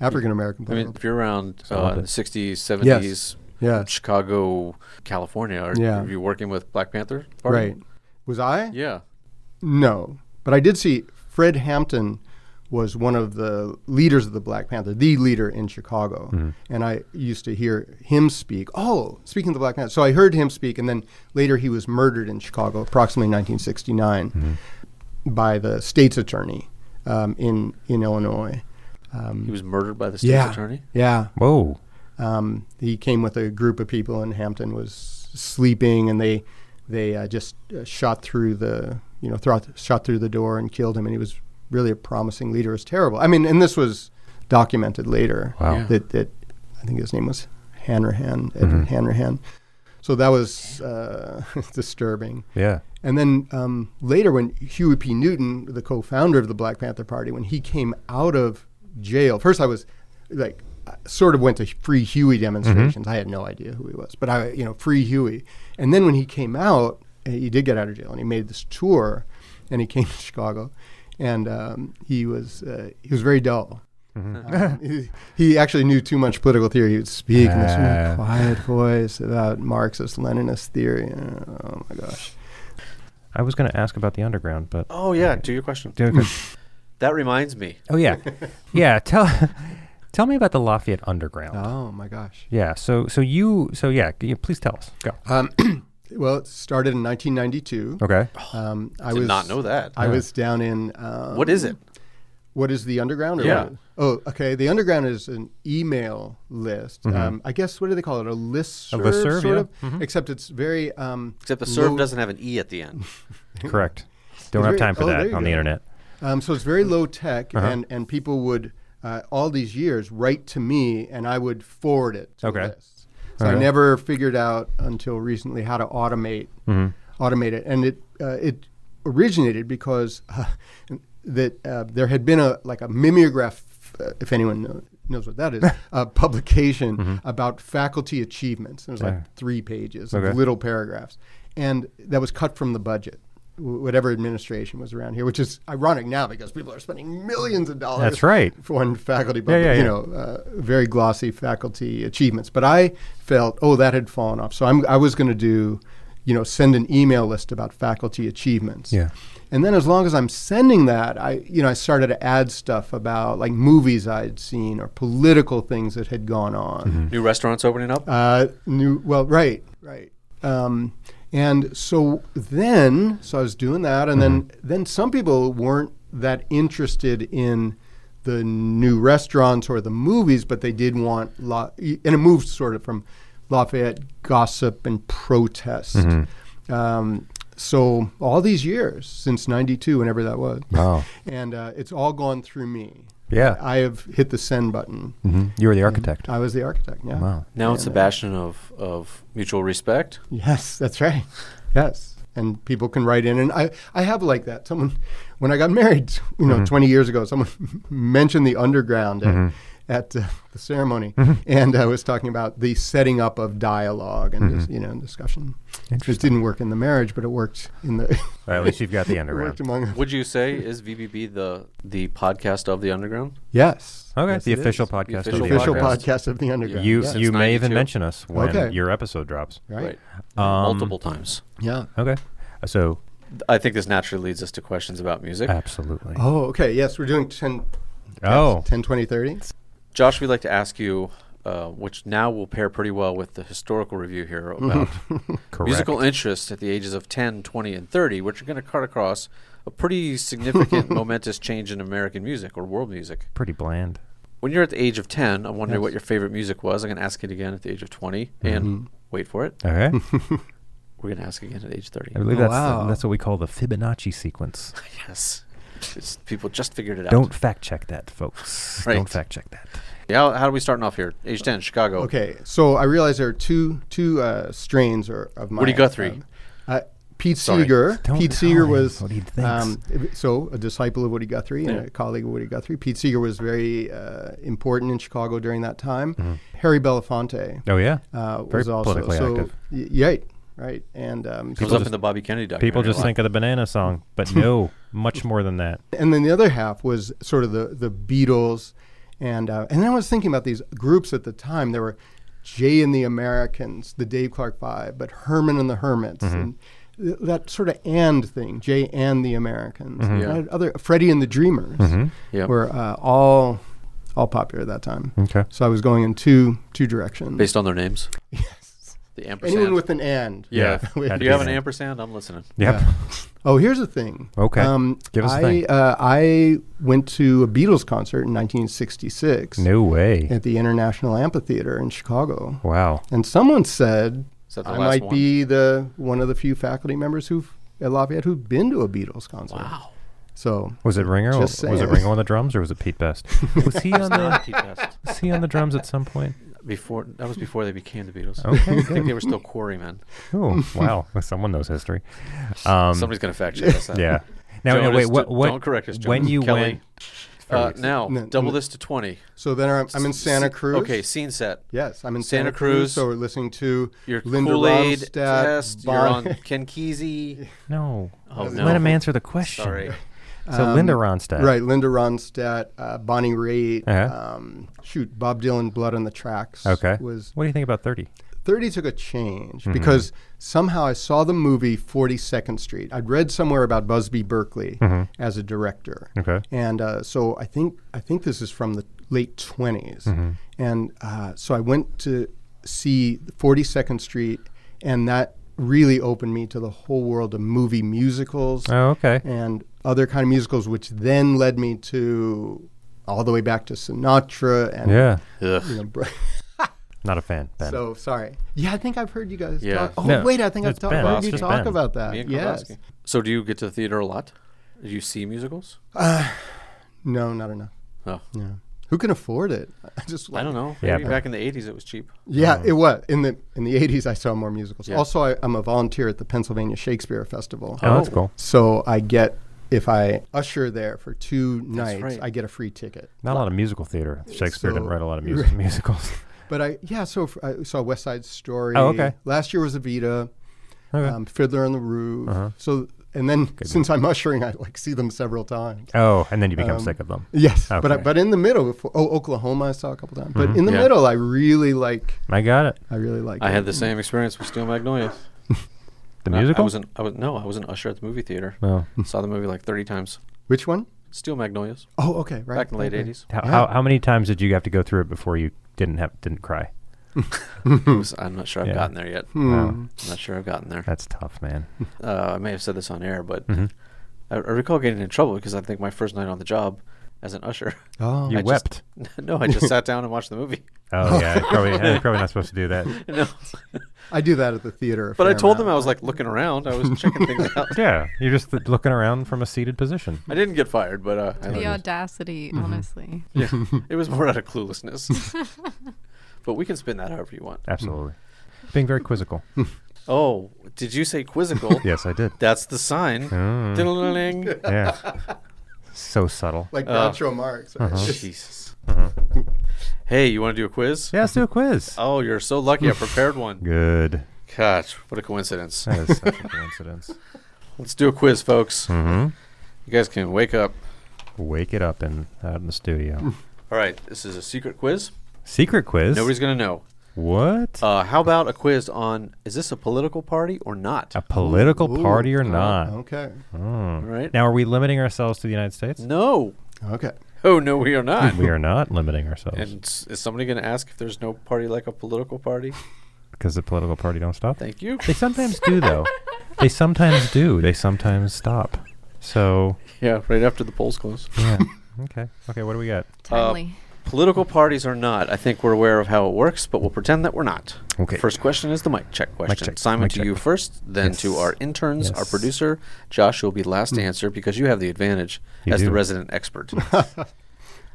[SPEAKER 5] African American
[SPEAKER 3] I mean,
[SPEAKER 5] political
[SPEAKER 3] if you're around uh, the 60s, 70s,
[SPEAKER 5] Yes.
[SPEAKER 3] Chicago, California, are,
[SPEAKER 5] Yeah.
[SPEAKER 3] are you working with Black Panther?
[SPEAKER 5] thought.
[SPEAKER 3] Party?
[SPEAKER 5] Right. Was I?
[SPEAKER 3] Yeah.
[SPEAKER 5] No. But I did see Fred Hampton was one of the leaders of the Black Panther, the leader in Chicago. And I used to hear him speak. Oh, speaking of the Black Panther. So I heard him speak, and then later he was murdered in Chicago, approximately 1969, by the state's attorney um, in, in Illinois. Um,
[SPEAKER 3] He was murdered by the state's attorney?
[SPEAKER 5] Yeah.
[SPEAKER 4] Whoa.
[SPEAKER 5] Um, he came with a group of people, and Hampton was sleeping, and they they uh, just uh, shot through the you know thro- shot through the door and killed him. And he was really a promising leader. It was terrible. I mean, and this was documented later.
[SPEAKER 4] Wow. Yeah. Mm-hmm.
[SPEAKER 5] That that I think his name was Hanrahan, Edward Hanrahan. So that was uh, disturbing.
[SPEAKER 4] Yeah.
[SPEAKER 5] And then um, later, when Huey P. Newton, the co-founder of the Black Panther Party, when he came out of jail, first I was like, I sort of went to Free Huey demonstrations. I had no idea who he was, but I, you know, Free Huey. And then when he came out, uh, he did get out of jail, and he made this tour, and he came to Chicago, and um, he was uh, he was very dull.
[SPEAKER 4] Mm-hmm.
[SPEAKER 5] Um, he, he actually knew too much political theory. He would speak in this
[SPEAKER 4] Ah.
[SPEAKER 5] really quiet voice about Marxist Leninist theory. Oh my gosh.
[SPEAKER 4] I was going to ask about the underground, but.
[SPEAKER 3] Oh, yeah. Do your question.
[SPEAKER 4] Do it-
[SPEAKER 3] That reminds me.
[SPEAKER 4] oh, yeah. Yeah. Tell, tell me about the Lafayette Underground.
[SPEAKER 5] Oh my gosh.
[SPEAKER 4] Yeah. So, so you, so yeah, c- yeah, please tell us. Go.
[SPEAKER 5] Um, Well, it started in 1992.
[SPEAKER 4] okay.
[SPEAKER 5] Um, I
[SPEAKER 3] Did
[SPEAKER 5] was
[SPEAKER 3] not know that.
[SPEAKER 5] I was down in. Um,
[SPEAKER 3] what is it?
[SPEAKER 5] What is the underground? Or
[SPEAKER 3] Yeah.
[SPEAKER 5] what- Oh, okay. The underground is an email list. Um, I guess what do they call it? A list.
[SPEAKER 4] listserv,
[SPEAKER 5] sort
[SPEAKER 4] yeah.
[SPEAKER 5] of. Except it's very. Um,
[SPEAKER 3] Except the serve
[SPEAKER 5] low-
[SPEAKER 3] doesn't have an E at the end.
[SPEAKER 4] Correct. Don't
[SPEAKER 5] very-
[SPEAKER 4] have time for
[SPEAKER 5] oh, there
[SPEAKER 4] that
[SPEAKER 5] you
[SPEAKER 4] on the
[SPEAKER 5] go.
[SPEAKER 4] internet.
[SPEAKER 5] Um, so it's very low tech,
[SPEAKER 4] Uh-huh.
[SPEAKER 5] and, and people would, uh, all these years, write to me, and I would forward it to
[SPEAKER 4] Okay.
[SPEAKER 5] the list. So I
[SPEAKER 4] Okay.
[SPEAKER 5] never figured out until recently how to
[SPEAKER 4] Mm-hmm.
[SPEAKER 5] automate automate it, and it uh, it originated because uh, that uh, there had been a like a mimeograph, uh, if anyone know, knows what that is, a publication about faculty achievements. It was
[SPEAKER 4] Mm-hmm. Yeah.
[SPEAKER 5] like three pages
[SPEAKER 4] Okay.
[SPEAKER 5] of little paragraphs, and that was cut from the budget. wh- Whatever administration was around here, which is ironic now because people are spending millions of dollars.
[SPEAKER 4] That's right.
[SPEAKER 5] For one faculty, but
[SPEAKER 4] Yeah, yeah,
[SPEAKER 5] you
[SPEAKER 4] yeah.
[SPEAKER 5] know, uh, very glossy faculty achievements. But I felt, oh, that had fallen off. So I'm, I was going to do, you know, send an email list about faculty achievements.
[SPEAKER 4] Yeah.
[SPEAKER 5] And then as long as I'm sending that, I, you know, I started to add stuff about like movies I'd seen or political things that had gone on.
[SPEAKER 4] Mm-hmm.
[SPEAKER 3] New restaurants opening up.
[SPEAKER 5] Uh, new, well, right, right. Um, and so then, so I was doing that, and then
[SPEAKER 4] Mm-hmm.
[SPEAKER 5] then some people weren't that interested in the new restaurants or the movies, but they did want La, and it moved sort of from Lafayette gossip and protest.
[SPEAKER 4] Mm-hmm.
[SPEAKER 5] Um, so all these years since '92, whenever that was,
[SPEAKER 4] Wow.
[SPEAKER 5] and uh, it's all gone through me.
[SPEAKER 4] Yeah.
[SPEAKER 5] I have hit the send button.
[SPEAKER 4] mm-hmm. You were the architect.
[SPEAKER 5] I was the architect. Yeah.
[SPEAKER 4] Wow.
[SPEAKER 3] now it's a bastion of of mutual respect.
[SPEAKER 5] Yes, that's right. Yes. And people can write in. And I, I have like that. Someone, when I got married, you
[SPEAKER 4] Mm-hmm.
[SPEAKER 5] know, 20 years ago, someone mentioned the underground at,
[SPEAKER 4] Mm-hmm.
[SPEAKER 5] at uh, the ceremony. And I was talking about the setting up of dialogue and,
[SPEAKER 4] Mm-hmm.
[SPEAKER 5] dis- you know, and discussion. It didn't work in the marriage, but it worked in the,
[SPEAKER 4] Well, at least you've got the
[SPEAKER 5] it worked
[SPEAKER 4] underground.
[SPEAKER 5] among,
[SPEAKER 3] Would you say is VBB the the podcast of the underground?
[SPEAKER 5] yes.
[SPEAKER 4] Okay,
[SPEAKER 5] Yes,
[SPEAKER 4] the
[SPEAKER 5] it is.
[SPEAKER 4] official podcast.
[SPEAKER 3] official
[SPEAKER 4] of the
[SPEAKER 5] official
[SPEAKER 4] underground.
[SPEAKER 5] podcast of the underground.
[SPEAKER 4] You
[SPEAKER 5] yes.
[SPEAKER 4] you
[SPEAKER 3] Since
[SPEAKER 4] may even
[SPEAKER 3] 92.
[SPEAKER 4] mention us when
[SPEAKER 5] Okay.
[SPEAKER 4] your episode drops.
[SPEAKER 5] right.
[SPEAKER 3] Multiple times.
[SPEAKER 5] Yeah.
[SPEAKER 4] Okay. So
[SPEAKER 3] I think this naturally leads us to questions about music.
[SPEAKER 4] Uh, absolutely.
[SPEAKER 5] Oh, okay. Yes, we're doing 10,
[SPEAKER 4] Oh,
[SPEAKER 5] 10 20, 30.
[SPEAKER 3] Josh, we'd like to ask you, uh, which now will pair pretty well with the historical review here about
[SPEAKER 4] correct.
[SPEAKER 3] musical interests at the ages of 10, 20, and 30, which are going to cut across a pretty significant, momentous change in American music or world music.
[SPEAKER 4] Pretty bland.
[SPEAKER 3] When you're at the age of 10, I'm wondering what your favorite music was. I'm going to ask it again at the age of 20,
[SPEAKER 4] Mm-hmm.
[SPEAKER 3] and wait for it,
[SPEAKER 4] Okay.
[SPEAKER 3] we're going to ask again at age 30.
[SPEAKER 4] I believe
[SPEAKER 5] Oh,
[SPEAKER 4] that's
[SPEAKER 5] wow.
[SPEAKER 4] that's what we call the Fibonacci sequence.
[SPEAKER 3] Yes. It's, people just figured it out.
[SPEAKER 4] Don't fact check that, folks.
[SPEAKER 3] Right.
[SPEAKER 4] Don't fact check that.
[SPEAKER 3] Yeah, how, how are we starting off here? Age 10, Chicago.
[SPEAKER 5] Okay, so I realize there are two two uh, strains or of my
[SPEAKER 3] Woody Guthrie.
[SPEAKER 5] Uh, uh, Pete
[SPEAKER 3] Sorry.
[SPEAKER 5] Seeger.
[SPEAKER 4] Don't
[SPEAKER 5] Pete
[SPEAKER 4] tell
[SPEAKER 5] Seeger
[SPEAKER 4] him
[SPEAKER 5] was
[SPEAKER 4] what he thinks.
[SPEAKER 5] um, so a disciple of Woody Guthrie and a colleague of Woody Guthrie. Pete Seeger was very uh, important in Chicago during that time. Harry Belafonte
[SPEAKER 4] Oh yeah.
[SPEAKER 5] uh,
[SPEAKER 4] Mm-hmm. Very
[SPEAKER 5] was also
[SPEAKER 4] politically
[SPEAKER 5] so
[SPEAKER 4] active.
[SPEAKER 5] y- right, right, and um,
[SPEAKER 3] Comes
[SPEAKER 5] so-
[SPEAKER 3] up in the Bobby Kennedy documentary.
[SPEAKER 4] People
[SPEAKER 3] a
[SPEAKER 4] just
[SPEAKER 3] lot.
[SPEAKER 4] think of the banana song, but no, much more than that.
[SPEAKER 5] and then the other half was sort of the the Beatles, and uh, and then I was thinking about these groups at the time. There were Jay and the Americans, the Dave Clark Five, but Herman and the Hermits,
[SPEAKER 4] Mm-hmm.
[SPEAKER 5] and th- that sort of and thing, Jay and the Americans,
[SPEAKER 4] Mm-hmm.
[SPEAKER 5] and
[SPEAKER 3] Yeah.
[SPEAKER 5] other Freddie and the Dreamers
[SPEAKER 3] Yep.
[SPEAKER 5] were uh, all all popular at that time.
[SPEAKER 4] Okay.
[SPEAKER 5] So I was going in two two directions.
[SPEAKER 3] Based on their names? Yes. The ampersand.
[SPEAKER 5] Anyone with an and,
[SPEAKER 3] Yeah.
[SPEAKER 4] Yeah. Had
[SPEAKER 3] Do
[SPEAKER 4] to
[SPEAKER 3] you
[SPEAKER 4] be
[SPEAKER 3] have an
[SPEAKER 4] there.
[SPEAKER 3] ampersand? I'm listening.
[SPEAKER 4] Yep.
[SPEAKER 5] Yeah. Oh, here's the thing.
[SPEAKER 4] Okay. Give us a
[SPEAKER 5] I,
[SPEAKER 4] thing.
[SPEAKER 5] Uh, I went to a Beatles concert in 1966
[SPEAKER 4] No way.
[SPEAKER 5] at the International Amphitheater in Chicago,
[SPEAKER 4] wow.
[SPEAKER 5] and someone said
[SPEAKER 3] Is that the
[SPEAKER 5] I
[SPEAKER 3] last
[SPEAKER 5] might
[SPEAKER 3] one?
[SPEAKER 5] be the one of the few faculty members who've at Lafayette who've been to a Beatles concert.
[SPEAKER 3] Wow.
[SPEAKER 5] So
[SPEAKER 4] Was it Ringer?
[SPEAKER 5] Just
[SPEAKER 4] was it
[SPEAKER 5] saying.
[SPEAKER 4] Ringer on the drums or was it Pete Best? Was he on the
[SPEAKER 3] T-Fest.
[SPEAKER 4] was he on the drums at some point?
[SPEAKER 3] Before that was before they became the Beatles.
[SPEAKER 4] Okay,
[SPEAKER 3] I think they were still quarrymen.
[SPEAKER 4] Oh wow! Someone knows history. Um,
[SPEAKER 3] Somebody's gonna fact check us. That.
[SPEAKER 4] yeah. Now, now
[SPEAKER 3] Jonas,
[SPEAKER 4] wait. What?
[SPEAKER 3] d-
[SPEAKER 4] What?
[SPEAKER 3] Don't correct us. Jonas.
[SPEAKER 4] when you
[SPEAKER 3] Kelly,
[SPEAKER 4] went?
[SPEAKER 3] Uh, now
[SPEAKER 5] No,
[SPEAKER 3] double
[SPEAKER 5] no.
[SPEAKER 3] this to twenty.
[SPEAKER 5] so then I'm, I'm in Santa
[SPEAKER 3] S-
[SPEAKER 5] Cruz.
[SPEAKER 3] Okay, scene set.
[SPEAKER 5] Yes, I'm in
[SPEAKER 3] Santa
[SPEAKER 5] Santa, Cruz,
[SPEAKER 3] Cruz.
[SPEAKER 5] So we're listening to
[SPEAKER 3] Your
[SPEAKER 5] Linda
[SPEAKER 3] Kool-Aid
[SPEAKER 5] Ronstadt,
[SPEAKER 3] test. You're
[SPEAKER 5] Bon-
[SPEAKER 3] on Ken Kesey.
[SPEAKER 4] No.
[SPEAKER 3] Oh,
[SPEAKER 4] Let
[SPEAKER 3] no.
[SPEAKER 4] him answer the question.
[SPEAKER 3] Sorry.
[SPEAKER 4] So Linda Ronstadt.
[SPEAKER 5] Right, Linda Ronstadt, uh, Bonnie Raitt,
[SPEAKER 4] Uh-huh.
[SPEAKER 5] um, shoot, Bob Dylan, Blood on the Tracks.
[SPEAKER 4] Okay. Mm-hmm.
[SPEAKER 5] Was
[SPEAKER 4] What do you think about thirty?
[SPEAKER 5] 30 took a change because somehow I saw the movie 42nd Street. I'd read somewhere about Busby Berkeley
[SPEAKER 4] Mm-hmm.
[SPEAKER 5] as a director.
[SPEAKER 4] Okay.
[SPEAKER 5] And uh, so I think I think this is from the late 20s.
[SPEAKER 4] Mm-hmm.
[SPEAKER 5] And uh, so I went to see 42nd Street and that really opened me to the whole world of movie musicals
[SPEAKER 4] Oh, okay.
[SPEAKER 5] and other kind of musicals which then led me to all the way back to Sinatra and
[SPEAKER 4] Yeah.
[SPEAKER 5] you know, Bra-
[SPEAKER 4] Not a fan. Ben.
[SPEAKER 5] so sorry. Yeah, I think I've heard you guys
[SPEAKER 3] Yeah.
[SPEAKER 5] talk. Oh
[SPEAKER 4] No,
[SPEAKER 5] wait, I think I've
[SPEAKER 4] it's
[SPEAKER 5] talk,
[SPEAKER 4] Ben.
[SPEAKER 5] heard you
[SPEAKER 4] Just
[SPEAKER 5] talk
[SPEAKER 4] Ben.
[SPEAKER 5] about
[SPEAKER 3] Me
[SPEAKER 5] that.
[SPEAKER 3] and
[SPEAKER 5] Uh, Yes.
[SPEAKER 3] Kowalski. So do you get to the theater a lot? Do you see musicals?
[SPEAKER 5] No, not enough.
[SPEAKER 3] Oh.
[SPEAKER 5] Yeah. Who can afford it? I just
[SPEAKER 3] I don't know.
[SPEAKER 4] Yeah,
[SPEAKER 3] Maybe
[SPEAKER 4] but-
[SPEAKER 3] back in the '80s it was cheap.
[SPEAKER 5] Yeah,
[SPEAKER 4] Um,
[SPEAKER 5] it was in the in the eighties. I saw more musicals.
[SPEAKER 3] Yeah.
[SPEAKER 5] Also, I, I'm a volunteer at the Pennsylvania Shakespeare Festival,
[SPEAKER 4] Oh, that's cool.
[SPEAKER 5] so I get if I usher there for two nights,
[SPEAKER 3] right.
[SPEAKER 5] I get a free ticket.
[SPEAKER 4] Not a lot of musical theater. Shakespeare didn't
[SPEAKER 5] So-
[SPEAKER 4] write a lot of music, musicals.
[SPEAKER 5] But I yeah, so f- I saw West Side Story.
[SPEAKER 4] Oh, okay.
[SPEAKER 5] Last year was Evita,
[SPEAKER 4] Okay.
[SPEAKER 5] um, Fiddler on the Roof.
[SPEAKER 4] Uh-huh.
[SPEAKER 5] So and then since I'm ushering, I like see them several times.
[SPEAKER 4] oh, and then you become
[SPEAKER 5] Um,
[SPEAKER 4] sick of them.
[SPEAKER 5] Yes, but I,
[SPEAKER 4] Okay. Mm-hmm.
[SPEAKER 5] but in the middle, for, oh Oklahoma, I saw a couple times. But in the
[SPEAKER 3] Yeah.
[SPEAKER 5] middle, I really like.
[SPEAKER 4] I got it.
[SPEAKER 5] I really like.
[SPEAKER 3] I
[SPEAKER 5] it.
[SPEAKER 3] had the same experience with Steel Magnolias.
[SPEAKER 4] The
[SPEAKER 3] I-
[SPEAKER 4] musical.
[SPEAKER 3] I, was an I was no, I was an usher at the movie theater.
[SPEAKER 4] Oh.
[SPEAKER 3] Saw the movie like thirty times.
[SPEAKER 5] Which one?
[SPEAKER 3] Steel Magnolias
[SPEAKER 5] Oh, okay, right.
[SPEAKER 3] back in the late
[SPEAKER 5] okay.
[SPEAKER 3] eighties.
[SPEAKER 4] How, how, how many times did you have to go through it before you didn't have didn't cry?
[SPEAKER 3] I'm not sure I've
[SPEAKER 4] Yeah.
[SPEAKER 3] gotten there yet.
[SPEAKER 5] Hmm.
[SPEAKER 4] Wow.
[SPEAKER 3] I'm not sure I've gotten there.
[SPEAKER 4] That's tough, man.
[SPEAKER 3] uh, I may have said this on air, but
[SPEAKER 4] Mm-hmm.
[SPEAKER 3] I, I recall getting in trouble because I think my first night on the job as an usher,
[SPEAKER 5] Oh,
[SPEAKER 4] You
[SPEAKER 3] I just-
[SPEAKER 4] wept.
[SPEAKER 3] no, I just sat down and watched the movie.
[SPEAKER 4] Oh yeah, probably you're probably not supposed to do that.
[SPEAKER 3] No,
[SPEAKER 5] I do that at the theater. a
[SPEAKER 3] but I
[SPEAKER 5] fair
[SPEAKER 3] told them I
[SPEAKER 5] amount.
[SPEAKER 3] was like looking around. I was checking things out.
[SPEAKER 4] Yeah, you're just th- looking around from a seated position.
[SPEAKER 3] I didn't get fired, but uh, I don't
[SPEAKER 6] The
[SPEAKER 3] know. Mm-hmm.
[SPEAKER 6] audacity, honestly.
[SPEAKER 3] yeah, it was more out of cluelessness. but we can spin that however you want.
[SPEAKER 4] Absolutely, being very quizzical.
[SPEAKER 3] Oh, did you say quizzical? Uh,
[SPEAKER 4] yes, I did. Mm.
[SPEAKER 3] That's the sign. Diddling.
[SPEAKER 4] Yeah, so subtle.
[SPEAKER 5] like
[SPEAKER 3] uh,
[SPEAKER 5] Groucho Marx.
[SPEAKER 4] Uh-huh.
[SPEAKER 5] right?
[SPEAKER 3] Jesus. Hey, you want to do a quiz?
[SPEAKER 4] Yeah, let's do a quiz.
[SPEAKER 3] Oh, you're so lucky. I prepared one.
[SPEAKER 4] Good.
[SPEAKER 3] Gosh, what a coincidence.
[SPEAKER 4] That is such a coincidence.
[SPEAKER 3] Let's do a quiz, folks.
[SPEAKER 4] Mhm.
[SPEAKER 3] You guys can wake up.
[SPEAKER 4] Wake it up and out in the studio.
[SPEAKER 3] All right, this is a secret quiz.
[SPEAKER 4] Secret quiz.
[SPEAKER 3] Nobody's going to know.
[SPEAKER 4] what?
[SPEAKER 3] Uh, how about a quiz on is this a political party or not?
[SPEAKER 4] a political
[SPEAKER 5] Ooh,
[SPEAKER 4] party or
[SPEAKER 5] oh,
[SPEAKER 4] not? Hmm.
[SPEAKER 5] Okay.
[SPEAKER 3] All right.
[SPEAKER 4] Now, are we limiting ourselves to the United States?
[SPEAKER 3] no.
[SPEAKER 5] Okay.
[SPEAKER 3] Oh, no, we are not.
[SPEAKER 4] We are not limiting ourselves
[SPEAKER 3] and s- is somebody going to ask if there's no party like a political party?
[SPEAKER 4] because the political party don't stop.
[SPEAKER 3] Thank you.
[SPEAKER 4] They sometimes do, though. They sometimes do. They sometimes stop. So,
[SPEAKER 3] yeah, right after the polls close.
[SPEAKER 4] yeah. okay. Okay, what do we got?
[SPEAKER 3] Uh,
[SPEAKER 6] Timely.
[SPEAKER 3] Political parties or not, I think we're aware of how it works, but we'll pretend that we're not.
[SPEAKER 4] Okay.
[SPEAKER 3] First question is the mic check question.
[SPEAKER 4] check,
[SPEAKER 3] Simon,
[SPEAKER 4] mic
[SPEAKER 3] to
[SPEAKER 4] check.
[SPEAKER 3] you first, then to
[SPEAKER 4] Yes.
[SPEAKER 3] our interns, our
[SPEAKER 4] Yes. Hmm.
[SPEAKER 3] producer. Josh, you'll be last to answer because you have the advantage
[SPEAKER 4] You
[SPEAKER 3] as the
[SPEAKER 4] do.
[SPEAKER 3] resident expert.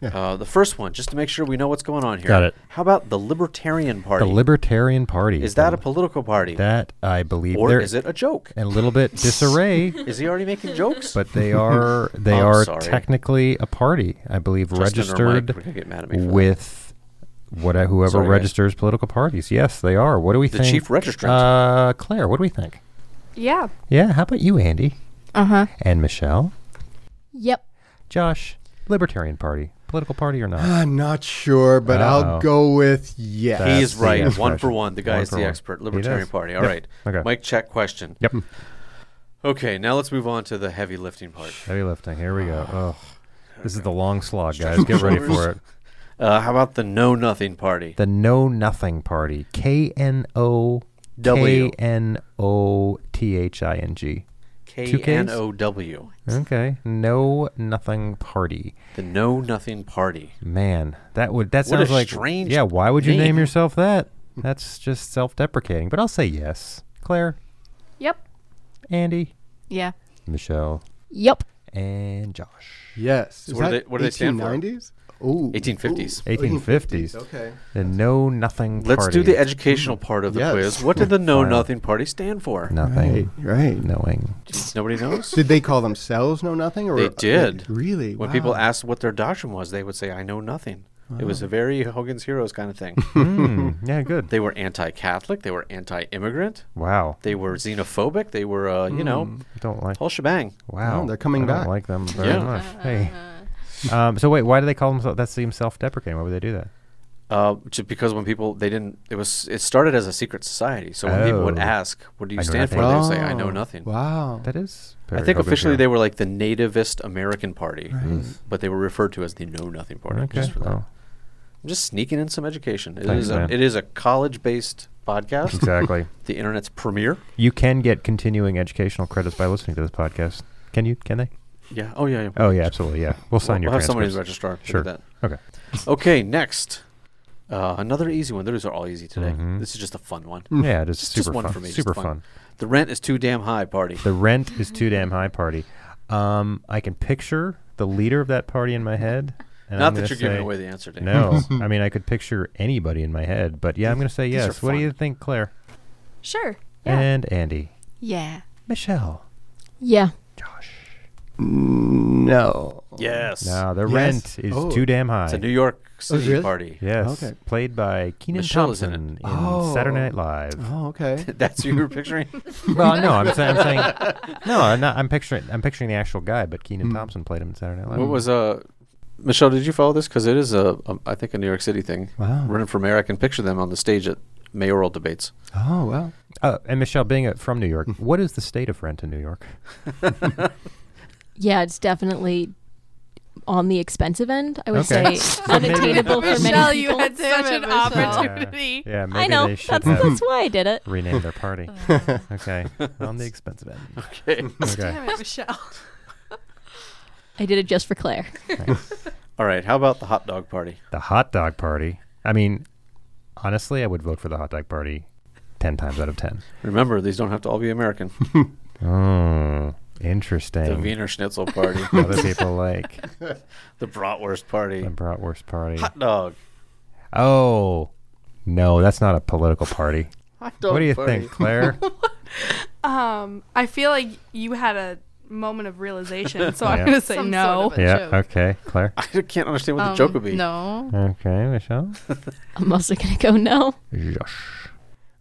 [SPEAKER 3] uh, the first one, just to make sure we know what's going on here.
[SPEAKER 4] Got it.
[SPEAKER 3] How about the Libertarian Party?
[SPEAKER 4] The Libertarian Party.
[SPEAKER 3] is that a political party?
[SPEAKER 4] That, I believe.
[SPEAKER 3] or
[SPEAKER 4] they're
[SPEAKER 3] is it a joke?
[SPEAKER 4] in a little bit disarray,
[SPEAKER 3] Is he already making jokes?
[SPEAKER 4] but they are they
[SPEAKER 3] I'm
[SPEAKER 4] are
[SPEAKER 3] sorry.
[SPEAKER 4] technically a party. I believe
[SPEAKER 3] Justin or Mike,
[SPEAKER 4] registered
[SPEAKER 3] we're gonna get mad at me for that.
[SPEAKER 4] with what whoever
[SPEAKER 3] Sorry, guys.
[SPEAKER 4] registers political parties. Yes, they are. What do we
[SPEAKER 3] The
[SPEAKER 4] think?
[SPEAKER 3] chief registrant.
[SPEAKER 4] Uh, Claire, what do we think?
[SPEAKER 1] Yeah.
[SPEAKER 4] Yeah, how about you, Andy?
[SPEAKER 1] Uh
[SPEAKER 7] Uh-huh.
[SPEAKER 1] huh.
[SPEAKER 4] And Michelle?
[SPEAKER 7] Yep.
[SPEAKER 4] Josh, Libertarian Party. Political party or not?
[SPEAKER 5] I'm not sure, but
[SPEAKER 4] Uh-oh.
[SPEAKER 5] I'll go with yes.
[SPEAKER 4] That-
[SPEAKER 3] He's
[SPEAKER 4] That's the
[SPEAKER 3] right.
[SPEAKER 4] expression.
[SPEAKER 3] One for one. The guy
[SPEAKER 4] One
[SPEAKER 3] is
[SPEAKER 4] for
[SPEAKER 3] the
[SPEAKER 4] one.
[SPEAKER 3] expert.
[SPEAKER 4] He
[SPEAKER 3] Libertarian
[SPEAKER 4] does.
[SPEAKER 3] Party. All
[SPEAKER 4] Yep.
[SPEAKER 3] right.
[SPEAKER 4] Okay.
[SPEAKER 3] Mike, check question.
[SPEAKER 4] Yep.
[SPEAKER 3] Okay, now let's move on to the heavy lifting part.
[SPEAKER 4] Heavy lifting. Here we go. Oh. This is the long slog, guys. Get ready for it.
[SPEAKER 3] Uh, how about the Know Nothing Party?
[SPEAKER 4] The Know Nothing Party. K N O
[SPEAKER 3] W.
[SPEAKER 4] K N O T H I N G.
[SPEAKER 3] K
[SPEAKER 4] Ks?
[SPEAKER 3] N O W.
[SPEAKER 4] Okay. Know Nothing Party.
[SPEAKER 3] The Know Nothing Party.
[SPEAKER 4] Man, that would that
[SPEAKER 3] What a
[SPEAKER 4] sounds like
[SPEAKER 3] strange
[SPEAKER 4] Yeah, why would you
[SPEAKER 3] name.
[SPEAKER 4] name yourself that? That's just self-deprecating. But I'll say yes. Claire,
[SPEAKER 1] Yep.
[SPEAKER 4] Andy,
[SPEAKER 6] Yeah.
[SPEAKER 4] Michelle,
[SPEAKER 7] Yep.
[SPEAKER 4] and Josh.
[SPEAKER 5] yes. Is
[SPEAKER 3] what do
[SPEAKER 5] that
[SPEAKER 3] they- what do they stand for?
[SPEAKER 5] 1890s? Ooh.
[SPEAKER 3] 1850s.
[SPEAKER 4] 1850s.
[SPEAKER 5] Okay.
[SPEAKER 4] The Know Nothing Party.
[SPEAKER 3] Let's do the educational part of the
[SPEAKER 5] Yes.
[SPEAKER 3] quiz. What did the Know
[SPEAKER 4] Wow.
[SPEAKER 3] Nothing Party stand for?
[SPEAKER 5] Right.
[SPEAKER 4] Nothing.
[SPEAKER 5] Right.
[SPEAKER 4] Knowing.
[SPEAKER 3] Nobody knows.
[SPEAKER 5] Did they call themselves Know Nothing? Or
[SPEAKER 3] They did.
[SPEAKER 5] Really?
[SPEAKER 3] When
[SPEAKER 5] wow.
[SPEAKER 3] people asked what their doctrine was, they would say, "I know nothing." It was a very Hogan's Heroes kind of thing.
[SPEAKER 4] Mm, yeah, good.
[SPEAKER 3] they were anti-Catholic. They were anti-immigrant.
[SPEAKER 4] Wow.
[SPEAKER 3] They were xenophobic. They were, uh, you know,
[SPEAKER 4] Don't like.
[SPEAKER 3] whole shebang.
[SPEAKER 4] Wow.
[SPEAKER 5] they're coming
[SPEAKER 4] I
[SPEAKER 5] back.
[SPEAKER 4] Don't like them very
[SPEAKER 3] Yeah.
[SPEAKER 4] much. Hey.
[SPEAKER 6] Uh,
[SPEAKER 4] Um, so wait, why do they call themselves? That seems self-deprecating. Why would they do that?
[SPEAKER 3] Uh, just because when people they didn't, it was it started as a secret society. So when people would
[SPEAKER 4] Oh.
[SPEAKER 3] ask, "What do you
[SPEAKER 4] I know
[SPEAKER 3] stand for?" they
[SPEAKER 4] nothing.
[SPEAKER 3] would say, "I know
[SPEAKER 5] Oh,
[SPEAKER 3] nothing."
[SPEAKER 5] Wow.
[SPEAKER 4] That is.
[SPEAKER 3] I think officially they were like the nativist American party, but they were referred to as the Know Nothing Party.
[SPEAKER 4] Hmm. Okay.
[SPEAKER 3] Just for that.
[SPEAKER 4] Well,
[SPEAKER 3] I'm just sneaking in some education. It
[SPEAKER 4] Thanks,
[SPEAKER 3] is a,
[SPEAKER 4] man.
[SPEAKER 3] it is a college based podcast,
[SPEAKER 4] Oh, exactly.
[SPEAKER 3] the internet's premiere.
[SPEAKER 4] You can get continuing educational credits by listening to this podcast. Can you? Can they?
[SPEAKER 3] Yeah. Oh yeah. yeah.
[SPEAKER 4] Oh yeah, absolutely. Yeah, we'll sign
[SPEAKER 3] we'll
[SPEAKER 4] your.
[SPEAKER 3] have somebody who's
[SPEAKER 4] transcripts.
[SPEAKER 3] registrar. to do
[SPEAKER 4] Sure.
[SPEAKER 3] That.
[SPEAKER 4] Okay.
[SPEAKER 3] Okay. Next, uh, another easy one. Those are all easy today.
[SPEAKER 4] Mhm.
[SPEAKER 3] This is just a fun one.
[SPEAKER 5] Hmm.
[SPEAKER 4] Yeah, it is
[SPEAKER 3] Just-
[SPEAKER 4] super
[SPEAKER 3] just one
[SPEAKER 4] fun.
[SPEAKER 3] for me, just
[SPEAKER 4] super
[SPEAKER 3] fun.
[SPEAKER 4] fun.
[SPEAKER 3] The rent is too damn high. Party.
[SPEAKER 4] The rent is too damn high party. Um, I can picture the leader of that party in my head. And
[SPEAKER 3] Not
[SPEAKER 4] I'm
[SPEAKER 3] that
[SPEAKER 4] gonna
[SPEAKER 3] you're giving
[SPEAKER 4] say-
[SPEAKER 3] away the answer, Dan.
[SPEAKER 4] No, I mean I could picture anybody in my head, but yeah, I'm going to say
[SPEAKER 3] These are
[SPEAKER 4] yes. What do
[SPEAKER 3] fun.
[SPEAKER 4] you think, Claire
[SPEAKER 6] Sure.
[SPEAKER 4] and Andy,
[SPEAKER 6] Yeah.
[SPEAKER 4] Michelle,
[SPEAKER 7] Yeah.
[SPEAKER 4] Josh?
[SPEAKER 5] No.
[SPEAKER 3] Yes.
[SPEAKER 4] No, the
[SPEAKER 5] Yes.
[SPEAKER 4] rent is
[SPEAKER 5] Oh.
[SPEAKER 4] too damn high.
[SPEAKER 3] It's a New York City
[SPEAKER 5] really?
[SPEAKER 3] party.
[SPEAKER 4] yes.
[SPEAKER 5] Okay.
[SPEAKER 4] Played by Keenan
[SPEAKER 3] Michelle is in
[SPEAKER 4] Thompson in,
[SPEAKER 5] Oh.
[SPEAKER 4] Saturday Night Live.
[SPEAKER 5] Oh, okay.
[SPEAKER 3] That's who you were picturing.
[SPEAKER 4] well, no, I'm, saying, I'm saying no. I'm, not, I'm picturing I'm picturing the actual guy, but Keenan
[SPEAKER 5] Hmm.
[SPEAKER 4] Thompson played him in Saturday Night Live.
[SPEAKER 3] what was uh, Michelle? Did you follow this? Because it is a, a, I think a New York City thing.
[SPEAKER 4] Wow.
[SPEAKER 3] Running for mayor, I can picture them on the stage at mayoral debates.
[SPEAKER 5] Oh, wow.
[SPEAKER 4] Uh, and Michelle, being uh, from New York, what is the state of rent in New York?
[SPEAKER 7] Yeah, it's definitely on the expensive end. I would say
[SPEAKER 4] Okay. So maybe-
[SPEAKER 7] unattainable for
[SPEAKER 1] Michelle,
[SPEAKER 7] many
[SPEAKER 1] you
[SPEAKER 7] people.
[SPEAKER 1] had such an opportunity.
[SPEAKER 4] uh, Yeah, maybe
[SPEAKER 7] I know.
[SPEAKER 4] they
[SPEAKER 7] That's
[SPEAKER 4] should have
[SPEAKER 7] that's why I did it.
[SPEAKER 4] renamed their party. okay, on the expensive end.
[SPEAKER 3] Okay.
[SPEAKER 4] Okay.
[SPEAKER 1] Damn it, Michelle.
[SPEAKER 7] I did it just for Claire.
[SPEAKER 3] All right. How about the hot dog party?
[SPEAKER 4] The hot dog party. I mean, honestly, I would vote for the hot dog party ten times out of ten.
[SPEAKER 3] Remember, these don't have to all be American.
[SPEAKER 4] Oh,
[SPEAKER 3] the
[SPEAKER 4] interesting.
[SPEAKER 3] Wiener Schnitzel party,
[SPEAKER 4] Other people like
[SPEAKER 3] the bratwurst party,
[SPEAKER 4] the bratwurst party.
[SPEAKER 3] hot dog.
[SPEAKER 4] Oh, no, that's not a political party.
[SPEAKER 3] Hot dog
[SPEAKER 4] what do you
[SPEAKER 3] party.
[SPEAKER 4] think, Claire?
[SPEAKER 1] Um, I feel like you had a moment of realization, so
[SPEAKER 4] Yeah.
[SPEAKER 1] I'm gonna say
[SPEAKER 6] Some
[SPEAKER 1] no.
[SPEAKER 6] sort of a
[SPEAKER 4] yeah.
[SPEAKER 6] joke.
[SPEAKER 4] Okay, Claire.
[SPEAKER 3] I can't understand what the
[SPEAKER 6] Um,
[SPEAKER 3] joke would be.
[SPEAKER 6] No.
[SPEAKER 4] Okay, Michelle.
[SPEAKER 7] I'm also gonna go no.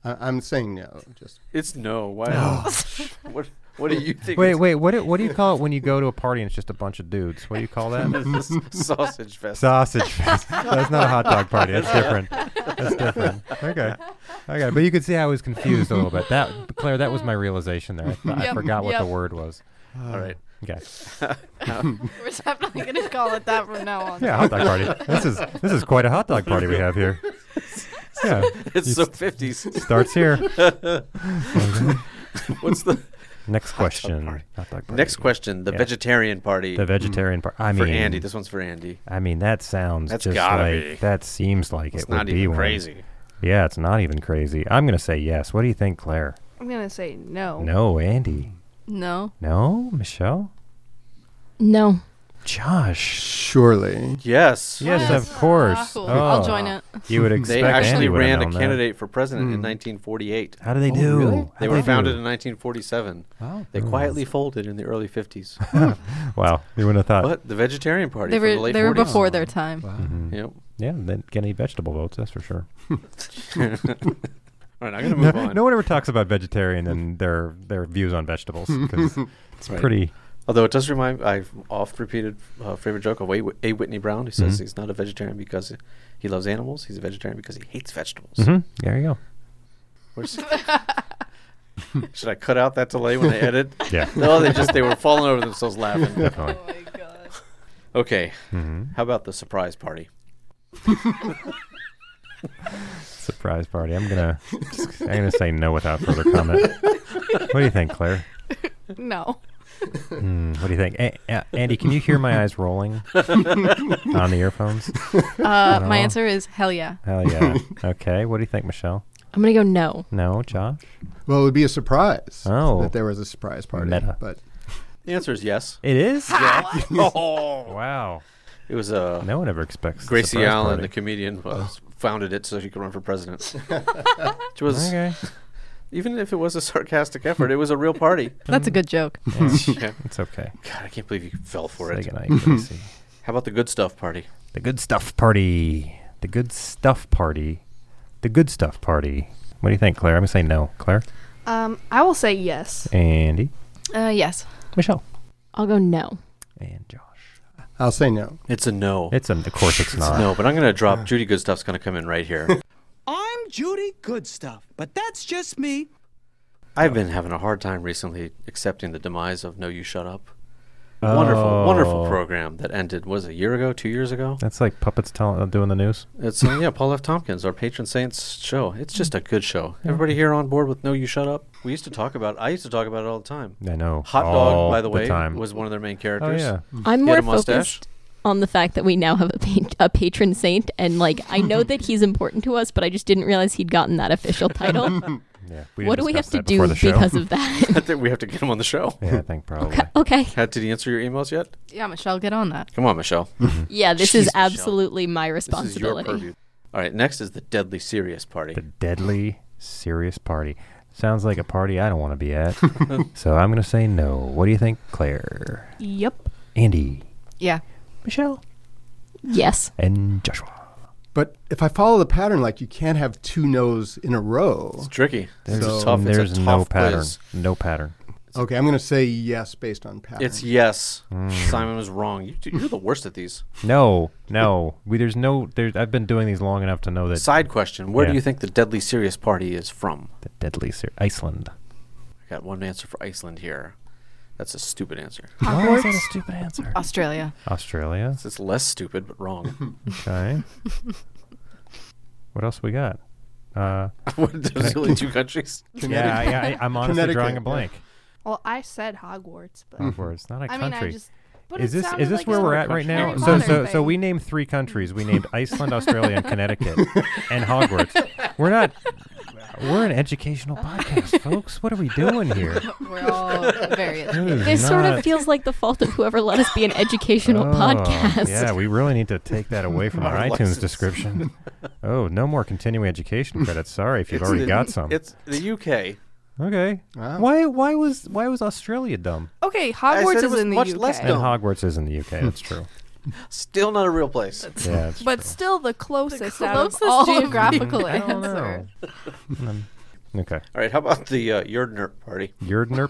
[SPEAKER 5] I- I'm saying no. Just
[SPEAKER 3] It's no. Why? not? what? What do you think?
[SPEAKER 4] Wait, wait. What do, what do you call it when you go to a party and it's just a bunch of dudes? What do you call that?
[SPEAKER 3] It's sausage fest.
[SPEAKER 4] Sausage fest. That's not a hot dog party. That's different. That's different. Okay. Okay. But you could see I was confused a little bit. That Claire, that was my realization there. I, thought- I
[SPEAKER 1] Yep,
[SPEAKER 4] forgot what the
[SPEAKER 1] yep.
[SPEAKER 4] word was.
[SPEAKER 3] all
[SPEAKER 5] uh,
[SPEAKER 3] right.
[SPEAKER 4] Okay.
[SPEAKER 6] We're definitely going to call it that from now on.
[SPEAKER 4] Yeah, hot dog party. This is this is quite a hot dog party we have here. Yeah.
[SPEAKER 3] It's
[SPEAKER 4] You
[SPEAKER 3] so
[SPEAKER 4] st-
[SPEAKER 3] fifties.
[SPEAKER 4] Starts here.
[SPEAKER 3] What's the
[SPEAKER 4] Next question.
[SPEAKER 3] party.
[SPEAKER 4] Hot dog party.
[SPEAKER 3] next question? The
[SPEAKER 4] Yeah.
[SPEAKER 3] vegetarian party
[SPEAKER 4] The vegetarian part. I
[SPEAKER 3] for
[SPEAKER 4] mean,
[SPEAKER 3] Andy. This one's for Andy.
[SPEAKER 4] I mean, that sounds
[SPEAKER 3] That's
[SPEAKER 4] just
[SPEAKER 3] gotta
[SPEAKER 4] like
[SPEAKER 3] be.
[SPEAKER 4] that seems like
[SPEAKER 3] It's
[SPEAKER 4] it would
[SPEAKER 3] not
[SPEAKER 4] be
[SPEAKER 3] even
[SPEAKER 4] one.
[SPEAKER 3] crazy.
[SPEAKER 4] Yeah, it's not even crazy. I'm gonna say yes. What do you think, Claire?
[SPEAKER 1] I'm gonna say
[SPEAKER 3] Oh.
[SPEAKER 1] no.
[SPEAKER 4] No, Andy.
[SPEAKER 6] No.
[SPEAKER 4] No, Michelle.
[SPEAKER 7] No.
[SPEAKER 4] Josh.
[SPEAKER 5] surely.
[SPEAKER 3] Yes.
[SPEAKER 4] Yes, of course.
[SPEAKER 6] Cool.
[SPEAKER 4] Oh,
[SPEAKER 6] I'll join it.
[SPEAKER 4] You would expect
[SPEAKER 3] They actually
[SPEAKER 4] Andy would've
[SPEAKER 3] ran a
[SPEAKER 4] known that. Hmm.
[SPEAKER 3] candidate for president in 1948.
[SPEAKER 4] How do they do?
[SPEAKER 5] really?
[SPEAKER 4] How'd
[SPEAKER 3] They were
[SPEAKER 4] do?
[SPEAKER 3] founded in 1947.
[SPEAKER 4] Wow.
[SPEAKER 3] They quietly folded in the early 50s.
[SPEAKER 4] Wow. You wouldn't have thought.
[SPEAKER 3] but the vegetarian party
[SPEAKER 6] They
[SPEAKER 3] from the
[SPEAKER 6] were
[SPEAKER 3] late
[SPEAKER 6] they were
[SPEAKER 3] 40s.
[SPEAKER 6] before their time.
[SPEAKER 4] Mm-hmm.
[SPEAKER 3] Yep.
[SPEAKER 4] Yeah, they didn't get any vegetable votes. That's for sure.
[SPEAKER 3] All right, I'm gonna
[SPEAKER 4] No,
[SPEAKER 3] move on.
[SPEAKER 4] no one ever talks about vegetarian and their their views on vegetables 'cause it's
[SPEAKER 3] Right.
[SPEAKER 4] pretty.
[SPEAKER 3] Although it does remind, I've oft repeated uh, favorite joke of A. Whit- A. Whitney Brown. He says
[SPEAKER 4] Mm-hmm.
[SPEAKER 3] he's not a vegetarian because he loves animals. He's a vegetarian because he hates vegetables.
[SPEAKER 4] Mhm, There you go.
[SPEAKER 3] Where's- should I cut out that delay when I edit?
[SPEAKER 4] Yeah.
[SPEAKER 3] No, they just they were falling over themselves laughing.
[SPEAKER 4] Definitely.
[SPEAKER 1] Oh
[SPEAKER 3] Okay,
[SPEAKER 4] Mhm.
[SPEAKER 3] how about the surprise party?
[SPEAKER 4] surprise party. I'm gonna I'm gonna say no without further comment. what do you think, Claire?
[SPEAKER 1] No.
[SPEAKER 4] Hmm, what do you think, A- A- Andy? Can you hear my eyes rolling on the earphones?
[SPEAKER 6] Uh,
[SPEAKER 4] No.
[SPEAKER 6] My answer is hell yeah.
[SPEAKER 4] Hell yeah. Okay. What do you think, Michelle?
[SPEAKER 7] I'm gonna go no.
[SPEAKER 4] No, Josh.
[SPEAKER 5] Well, it would be a surprise
[SPEAKER 4] Oh.
[SPEAKER 5] that there was a surprise party.
[SPEAKER 4] Meta.
[SPEAKER 5] But
[SPEAKER 3] The answer is yes.
[SPEAKER 4] It is.
[SPEAKER 3] oh,
[SPEAKER 4] Wow.
[SPEAKER 3] it was uh,
[SPEAKER 4] No one ever expects a
[SPEAKER 3] Gracie
[SPEAKER 4] surprise
[SPEAKER 3] Allen,
[SPEAKER 4] party. Oh.
[SPEAKER 3] the comedian, uh, founded it so she could run for president. Which was
[SPEAKER 4] okay.
[SPEAKER 3] even if it was a sarcastic effort, it was a real party.
[SPEAKER 4] Mm-hmm.
[SPEAKER 6] That's a good joke.
[SPEAKER 3] yeah.
[SPEAKER 4] It's okay.
[SPEAKER 3] God, I can't believe you fell for
[SPEAKER 4] Say
[SPEAKER 3] it.
[SPEAKER 4] goodnight, Gracie.
[SPEAKER 3] How about the good stuff party?
[SPEAKER 4] The good stuff party. The good stuff party. The good stuff party. What do you think, Claire? I'm gonna say no. Claire,
[SPEAKER 1] Um, I will say yes.
[SPEAKER 4] Andy,
[SPEAKER 6] Uh, yes.
[SPEAKER 4] Michelle,
[SPEAKER 7] I'll go no.
[SPEAKER 4] and Josh.
[SPEAKER 5] I'll say no.
[SPEAKER 3] It's a no.
[SPEAKER 4] It's an, of course it's
[SPEAKER 3] It's
[SPEAKER 4] not.
[SPEAKER 3] a no, but I'm going to drop Judy Goodstuff's going to come in right here.
[SPEAKER 8] I'm Judy Goodstuff, but that's just me.
[SPEAKER 3] I've been having a hard time recently accepting the demise of No You Shut Up. Wonderful, wonderful
[SPEAKER 4] Oh.
[SPEAKER 3] program that ended was it a year ago, two years ago.
[SPEAKER 4] That's like puppets telling uh, doing the news.
[SPEAKER 3] It's uh, yeah, Paul F. Tompkins, our patron saint's show. It's just a good show. Everybody here on board with No You Shut Up. We used to talk about. I used to talk about it all the time.
[SPEAKER 4] I know.
[SPEAKER 3] Hot
[SPEAKER 4] all
[SPEAKER 3] Dog, by the way,
[SPEAKER 4] time.
[SPEAKER 3] was one of their main
[SPEAKER 4] oh
[SPEAKER 3] characters.
[SPEAKER 4] yeah.
[SPEAKER 7] I'm
[SPEAKER 3] He
[SPEAKER 7] more
[SPEAKER 3] had a mustache.
[SPEAKER 7] focused on the fact that we now have a, pa- a patron saint, and like I know that he's important to us, but I just didn't realize he'd gotten that official title.
[SPEAKER 4] Yeah.
[SPEAKER 7] what do
[SPEAKER 4] didn't
[SPEAKER 7] we have
[SPEAKER 4] discuss
[SPEAKER 7] to
[SPEAKER 4] that before
[SPEAKER 7] do
[SPEAKER 4] the show.
[SPEAKER 7] because of that?
[SPEAKER 3] I think we have to get him on the show.
[SPEAKER 4] yeah, I think probably.
[SPEAKER 7] okay.
[SPEAKER 3] Had did he answer your emails yet?
[SPEAKER 6] Yeah, Michelle, get on that.
[SPEAKER 3] Come on, Michelle.
[SPEAKER 7] Yeah, this
[SPEAKER 3] Jeez,
[SPEAKER 7] is
[SPEAKER 3] Michelle.
[SPEAKER 7] absolutely my
[SPEAKER 3] this is your
[SPEAKER 7] responsibility.
[SPEAKER 3] purview. All right, next is the deadly serious party.
[SPEAKER 4] The deadly serious party. Sounds like a party I don't want to be at. so I'm going to say no. What do you think, Claire?
[SPEAKER 1] Yep.
[SPEAKER 4] Andy,
[SPEAKER 6] Yeah.
[SPEAKER 4] Michelle,
[SPEAKER 7] Yes.
[SPEAKER 4] and Joshua.
[SPEAKER 5] But if I follow the pattern, like you can't have two no's in a row.
[SPEAKER 3] It's tricky.
[SPEAKER 4] There's,
[SPEAKER 3] it's a tough.
[SPEAKER 4] there's
[SPEAKER 3] it's a
[SPEAKER 4] no
[SPEAKER 3] tough
[SPEAKER 4] pattern.
[SPEAKER 3] quiz.
[SPEAKER 4] No pattern.
[SPEAKER 5] Okay, I'm going to say yes based on pattern.
[SPEAKER 3] It's yes.
[SPEAKER 4] Hmm.
[SPEAKER 3] Simon was wrong. You, you're the worst at these.
[SPEAKER 4] No, no. We, there's no. There's, I've been doing these long enough to know that
[SPEAKER 3] Side question: Where
[SPEAKER 4] Yeah.
[SPEAKER 3] do you think the Deadly Serious Party is from?
[SPEAKER 4] the deadly ser- Iceland.
[SPEAKER 3] I got one answer for Iceland here. That's a stupid answer.
[SPEAKER 4] Why is that a stupid answer?
[SPEAKER 6] Australia.
[SPEAKER 4] Australia.
[SPEAKER 3] It's less stupid, but wrong.
[SPEAKER 4] Okay. what else we got? Uh,
[SPEAKER 3] What, There's only two countries.
[SPEAKER 4] yeah, yeah. I, I'm honestly drawing a
[SPEAKER 5] Connecticut,
[SPEAKER 4] blank.
[SPEAKER 1] Well, I said Hogwarts, but
[SPEAKER 4] for it. It's not a
[SPEAKER 1] I
[SPEAKER 4] Mm-hmm. country.
[SPEAKER 1] mean, I just. But
[SPEAKER 4] is
[SPEAKER 1] it
[SPEAKER 4] this
[SPEAKER 1] sounded
[SPEAKER 4] is this
[SPEAKER 1] like
[SPEAKER 4] where
[SPEAKER 1] a
[SPEAKER 4] we're at right now?
[SPEAKER 1] Harry
[SPEAKER 4] So
[SPEAKER 1] Potter
[SPEAKER 4] so so
[SPEAKER 1] thing.
[SPEAKER 4] we named three countries. We named Iceland, Australia, and Connecticut, and Hogwarts. We're not. We're an educational podcast, folks. What are we doing here?
[SPEAKER 6] We're all very.
[SPEAKER 7] This sort of feels like the fault of whoever let us be an educational podcast.
[SPEAKER 4] Oh, Yeah, we really need to take that away from our
[SPEAKER 3] Our
[SPEAKER 4] iTunes
[SPEAKER 3] license.
[SPEAKER 4] description. Oh, no more continuing education credits. Sorry if you've
[SPEAKER 3] It's
[SPEAKER 4] already
[SPEAKER 3] the-
[SPEAKER 4] got some.
[SPEAKER 3] It's the UK.
[SPEAKER 4] Okay.
[SPEAKER 5] Wow.
[SPEAKER 4] Why why was why was Australia dumb?
[SPEAKER 1] Okay,
[SPEAKER 3] I said
[SPEAKER 1] Hogwarts
[SPEAKER 3] it
[SPEAKER 1] is
[SPEAKER 3] was
[SPEAKER 1] in the
[SPEAKER 3] much
[SPEAKER 1] UK,
[SPEAKER 3] less
[SPEAKER 4] And
[SPEAKER 3] Dumb.
[SPEAKER 4] Hogwarts is in the UK. That's true.
[SPEAKER 3] Still not a real place.
[SPEAKER 4] Yeah, it's
[SPEAKER 1] but still the closest, out of
[SPEAKER 6] closest
[SPEAKER 1] all of
[SPEAKER 6] geographical
[SPEAKER 1] them.
[SPEAKER 4] true.
[SPEAKER 6] answer.
[SPEAKER 4] Um, okay.
[SPEAKER 3] All right. How about the uh, your nerd party?
[SPEAKER 4] Yurdner.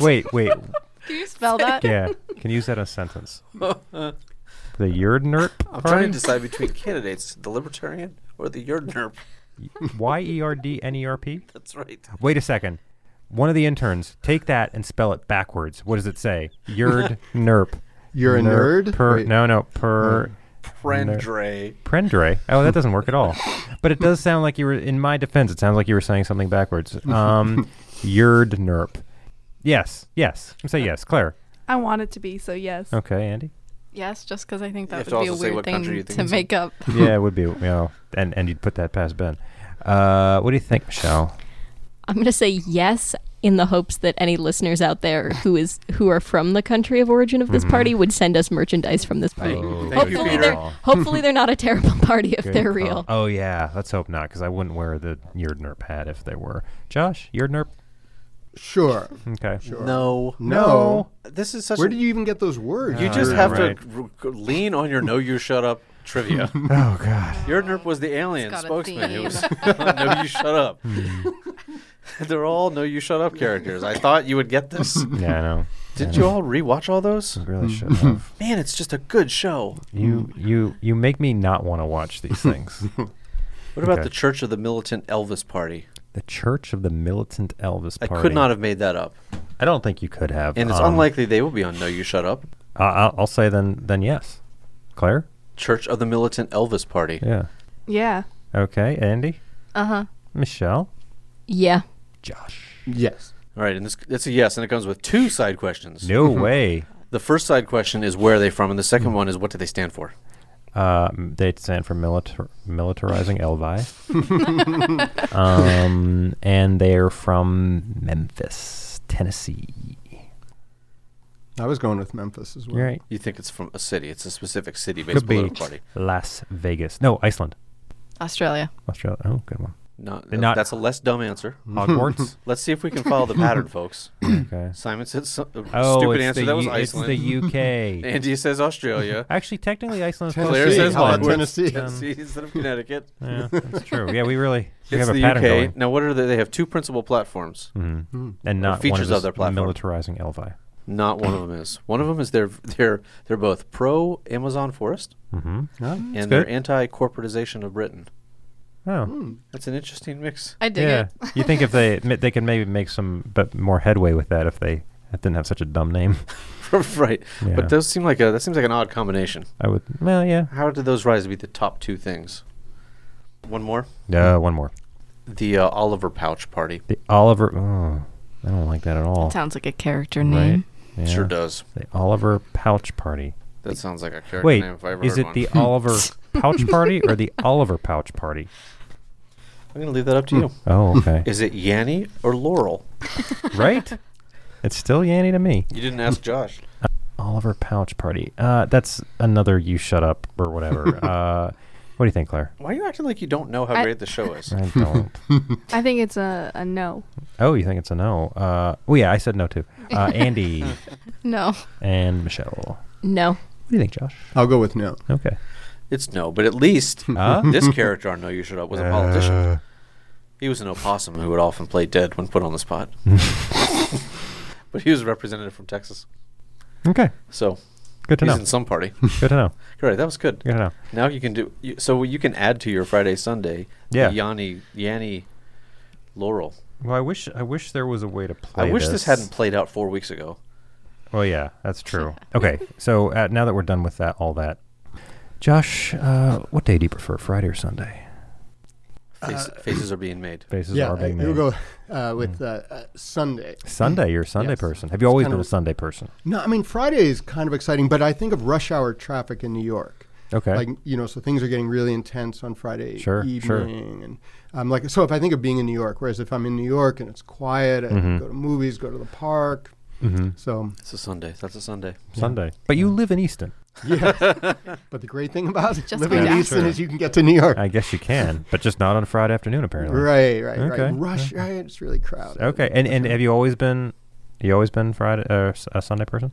[SPEAKER 4] wait, wait.
[SPEAKER 6] Can you spell that?
[SPEAKER 4] Yeah. Can you use that in a sentence? The Yurdner
[SPEAKER 3] I'm trying to
[SPEAKER 4] party?
[SPEAKER 3] decide between candidates: the Libertarian or the your nerd.
[SPEAKER 4] Y E R D N E R P?
[SPEAKER 3] That's right.
[SPEAKER 4] Wait a second. One of the interns, take that and spell it backwards. What does it say? Yurd nerp.
[SPEAKER 5] You're a
[SPEAKER 4] Nerp,
[SPEAKER 5] nerd?
[SPEAKER 4] Per,
[SPEAKER 5] Wait.
[SPEAKER 4] no, no. Per
[SPEAKER 3] Prendre.
[SPEAKER 4] prendre. Oh, that doesn't work at all. But it does sound like you were. In my defense, it sounds like you were saying something backwards. Um, Yurd nerp. Yes, yes. Say yes, Claire.
[SPEAKER 1] I want it to be so. Yes.
[SPEAKER 4] Okay, Andy.
[SPEAKER 6] Yes, just because I think
[SPEAKER 3] Oh. You have
[SPEAKER 6] that
[SPEAKER 3] to
[SPEAKER 6] would be a
[SPEAKER 3] also say
[SPEAKER 6] weird
[SPEAKER 3] what country you think
[SPEAKER 6] thing to
[SPEAKER 3] it's in.
[SPEAKER 6] make up.
[SPEAKER 4] Yeah, it would be. You know, and and you'd put that past Ben. Uh, what do you think, Michelle?
[SPEAKER 7] I'm going to say yes in the hopes that any listeners out there who is who are from the country of origin of this
[SPEAKER 4] Mm-hmm.
[SPEAKER 7] party would send us merchandise from this party.
[SPEAKER 3] Thank you,
[SPEAKER 7] Oh, hopefully
[SPEAKER 3] Peter.
[SPEAKER 7] they're hopefully they're not a terrible party if
[SPEAKER 4] Good
[SPEAKER 7] they're
[SPEAKER 4] call.
[SPEAKER 7] real.
[SPEAKER 4] Oh yeah, let's hope not, because I wouldn't wear the Yurd nerp hat if they were. Josh, Yurd nerp.
[SPEAKER 5] Sure.
[SPEAKER 4] Okay. Sure.
[SPEAKER 3] No.
[SPEAKER 5] No.
[SPEAKER 3] This is such.
[SPEAKER 5] Where
[SPEAKER 3] a,
[SPEAKER 5] did you even get those words?
[SPEAKER 3] You just
[SPEAKER 4] yeah,
[SPEAKER 3] have
[SPEAKER 4] right.
[SPEAKER 3] to r- r- lean on your "No, you shut up" trivia.
[SPEAKER 4] Oh god.
[SPEAKER 3] Your nerd was the alien
[SPEAKER 6] got a
[SPEAKER 3] spokesman. It
[SPEAKER 6] theme.
[SPEAKER 3] was "No, you shut up."
[SPEAKER 4] Hmm.
[SPEAKER 3] They're all "No, you shut up" characters. I thought you would get this.
[SPEAKER 4] Yeah, I know.
[SPEAKER 3] Didn't you all rewatch all those?
[SPEAKER 4] Really should have.
[SPEAKER 3] Man, it's just a good show.
[SPEAKER 4] You
[SPEAKER 3] Hmm.
[SPEAKER 4] you you make me not want to watch these things.
[SPEAKER 3] What about
[SPEAKER 4] Okay.
[SPEAKER 3] the Church of the Militant Elvis Party?
[SPEAKER 4] the Church of the Militant Elvis
[SPEAKER 3] I
[SPEAKER 4] Party.
[SPEAKER 3] could not have made that up,
[SPEAKER 4] I don't think you could have.
[SPEAKER 3] and it's
[SPEAKER 4] um,
[SPEAKER 3] unlikely they will be on "No, you shut up."
[SPEAKER 4] I- I'll, I'll say then then yes. Claire.
[SPEAKER 3] Church of the Militant Elvis Party.
[SPEAKER 4] Yeah.
[SPEAKER 1] Yeah.
[SPEAKER 4] Okay, Andy.
[SPEAKER 6] Uh huh.
[SPEAKER 4] Michelle.
[SPEAKER 7] Yeah.
[SPEAKER 4] Josh.
[SPEAKER 5] Yes.
[SPEAKER 3] All right, and this, that's a yes, and it comes with two side questions.
[SPEAKER 4] No way.
[SPEAKER 3] The first side question is where are they from, and the second one is what do they stand for?
[SPEAKER 4] Uh, m- they stand for militar- militarizing Elvi. um, and they're from Memphis, Tennessee.
[SPEAKER 5] I was going with Memphis as well.
[SPEAKER 4] Right.
[SPEAKER 3] You think it's from a city? It's a specific city-based
[SPEAKER 4] Could be
[SPEAKER 3] political party.
[SPEAKER 4] Las Vegas. No, Iceland.
[SPEAKER 6] Australia.
[SPEAKER 4] Australia. Oh, good one.
[SPEAKER 3] Not,
[SPEAKER 4] They're not-
[SPEAKER 3] that's a less dumb answer.
[SPEAKER 4] Hogwarts.
[SPEAKER 3] Let's see if we can follow the pattern, folks.
[SPEAKER 4] okay.
[SPEAKER 3] Simon said so- a
[SPEAKER 4] Oh,
[SPEAKER 3] stupid
[SPEAKER 4] it's
[SPEAKER 3] answer.
[SPEAKER 4] the
[SPEAKER 3] that was
[SPEAKER 4] U-
[SPEAKER 3] Iceland.
[SPEAKER 4] It's the UK.
[SPEAKER 3] Andy says Australia.
[SPEAKER 4] Actually, technically, Iceland is
[SPEAKER 5] Tennessee.
[SPEAKER 3] Claire
[SPEAKER 4] closer to
[SPEAKER 3] says
[SPEAKER 5] How about
[SPEAKER 4] Holland.
[SPEAKER 3] Hogwarts.
[SPEAKER 5] Tennessee?
[SPEAKER 4] Um,
[SPEAKER 3] Tennessee instead of Connecticut.
[SPEAKER 4] Yeah, that's true. Yeah, we really we
[SPEAKER 3] it's
[SPEAKER 4] have a
[SPEAKER 3] the UK.
[SPEAKER 4] pattern going. Mm-hmm.
[SPEAKER 3] Now, what are they? They have two principal platforms.
[SPEAKER 5] Hmm.
[SPEAKER 4] And not one
[SPEAKER 3] features of
[SPEAKER 4] of, us
[SPEAKER 3] their platform.
[SPEAKER 4] militarizing Elvi.
[SPEAKER 3] Not one of them is. One of them is they're they're they're both pro Amazon forest
[SPEAKER 4] Mm-hmm.
[SPEAKER 5] Huh?
[SPEAKER 3] and they're
[SPEAKER 4] good.
[SPEAKER 3] anti corporatization of Britain.
[SPEAKER 4] Oh.
[SPEAKER 5] Hmm.
[SPEAKER 3] That's an interesting mix.
[SPEAKER 6] I dig
[SPEAKER 4] yeah.
[SPEAKER 6] it.
[SPEAKER 4] you think if they admit- they can maybe make some but more headway with that if they didn't have such a dumb name.
[SPEAKER 3] right.
[SPEAKER 4] Yeah.
[SPEAKER 3] But those seem like a that seems like an odd combination.
[SPEAKER 4] I would. Well, yeah.
[SPEAKER 3] How did those rise to be the top two things? One more.
[SPEAKER 4] Yeah, one more.
[SPEAKER 3] The uh, Oliver Pouch party.
[SPEAKER 4] The Oliver. Oh, I don't like that at all.
[SPEAKER 6] Sounds like a character
[SPEAKER 4] Oh. Right?
[SPEAKER 6] name.
[SPEAKER 4] Yeah.
[SPEAKER 3] Sure does.
[SPEAKER 4] The Oliver Pouch Party.
[SPEAKER 3] That sounds like a character
[SPEAKER 4] Wait,
[SPEAKER 3] name if I ever
[SPEAKER 4] is
[SPEAKER 3] heard
[SPEAKER 4] it
[SPEAKER 3] one.
[SPEAKER 4] the Oliver Pouch Party or the Oliver Pouch Party?
[SPEAKER 3] I'm gonna leave that up to you.
[SPEAKER 4] Oh, okay.
[SPEAKER 3] Is it Yanny or Laurel?
[SPEAKER 4] right? It's still Yanny to me.
[SPEAKER 3] You didn't ask Josh.
[SPEAKER 4] Oliver Pouch Party. Uh, that's another you shut up or whatever. uh, What do you think, Claire?
[SPEAKER 3] Why are you acting like you don't know how
[SPEAKER 1] I-
[SPEAKER 3] great the show is?
[SPEAKER 4] I don't.
[SPEAKER 1] I think it's a, a no.
[SPEAKER 4] oh, you think it's a no? Uh, oh yeah, I said no too. Uh, Andy
[SPEAKER 7] No.
[SPEAKER 4] and Michelle.
[SPEAKER 7] No.
[SPEAKER 4] What do you think, Josh?
[SPEAKER 5] I'll go with no.
[SPEAKER 4] Okay.
[SPEAKER 3] It's no, but at least
[SPEAKER 4] Huh? Uh.
[SPEAKER 3] this character on No You Shut Up was a politician. He was an opossum who would often play dead when put on the spot. but he was a representative from Texas.
[SPEAKER 4] Okay.
[SPEAKER 3] So
[SPEAKER 4] Good to
[SPEAKER 3] he's
[SPEAKER 4] know.
[SPEAKER 3] in some party.
[SPEAKER 4] Good to know.
[SPEAKER 3] Great, that was good.
[SPEAKER 4] Good to know.
[SPEAKER 3] Now you can do you, so you can add to your Friday Sunday
[SPEAKER 4] Yeah.
[SPEAKER 3] the Yanni Yanni Laurel.
[SPEAKER 4] Well, I wish I wish there was a way to play.
[SPEAKER 3] I wish this hadn't played out four weeks ago.
[SPEAKER 4] Well, yeah, that's true. Okay, so uh, now that we're done with that, all that, Josh, uh, what day do you prefer, Friday or Sunday?
[SPEAKER 3] Face, faces are being made.
[SPEAKER 4] Faces
[SPEAKER 5] yeah,
[SPEAKER 4] are being
[SPEAKER 5] I,
[SPEAKER 4] made.
[SPEAKER 5] we'll go uh, with
[SPEAKER 4] Hmm.
[SPEAKER 5] uh, uh, Sunday.
[SPEAKER 4] Sunday, you're a Sunday
[SPEAKER 5] Yes.
[SPEAKER 4] person. Have you always
[SPEAKER 5] kind
[SPEAKER 4] been a
[SPEAKER 5] of a-
[SPEAKER 4] Sunday person?
[SPEAKER 5] No, I mean Friday is kind of exciting, but I think of rush hour traffic in New York.
[SPEAKER 4] Okay.
[SPEAKER 5] Like you know, so things are getting really intense on Friday
[SPEAKER 4] Sure,
[SPEAKER 5] evening,
[SPEAKER 4] sure.
[SPEAKER 5] and um, like so. If I think of being in New York, whereas if I'm in New York and it's quiet, I
[SPEAKER 4] Mhm.
[SPEAKER 5] go to movies, go to the park. So
[SPEAKER 3] It's a Sunday. That's a Sunday.
[SPEAKER 4] Mm-hmm. Sunday, but you live in Easton.
[SPEAKER 5] yeah. but the great thing about
[SPEAKER 7] Just
[SPEAKER 5] living
[SPEAKER 7] went
[SPEAKER 5] in
[SPEAKER 7] out.
[SPEAKER 5] Easton is you can get to New York.
[SPEAKER 4] I guess you can, but just not on Friday afternoon, apparently.
[SPEAKER 5] Right, right,
[SPEAKER 4] Okay.
[SPEAKER 5] right. Rush, right? It's really crowded.
[SPEAKER 4] Okay, and and have you always been? You always been Friday uh, s- a Sunday person?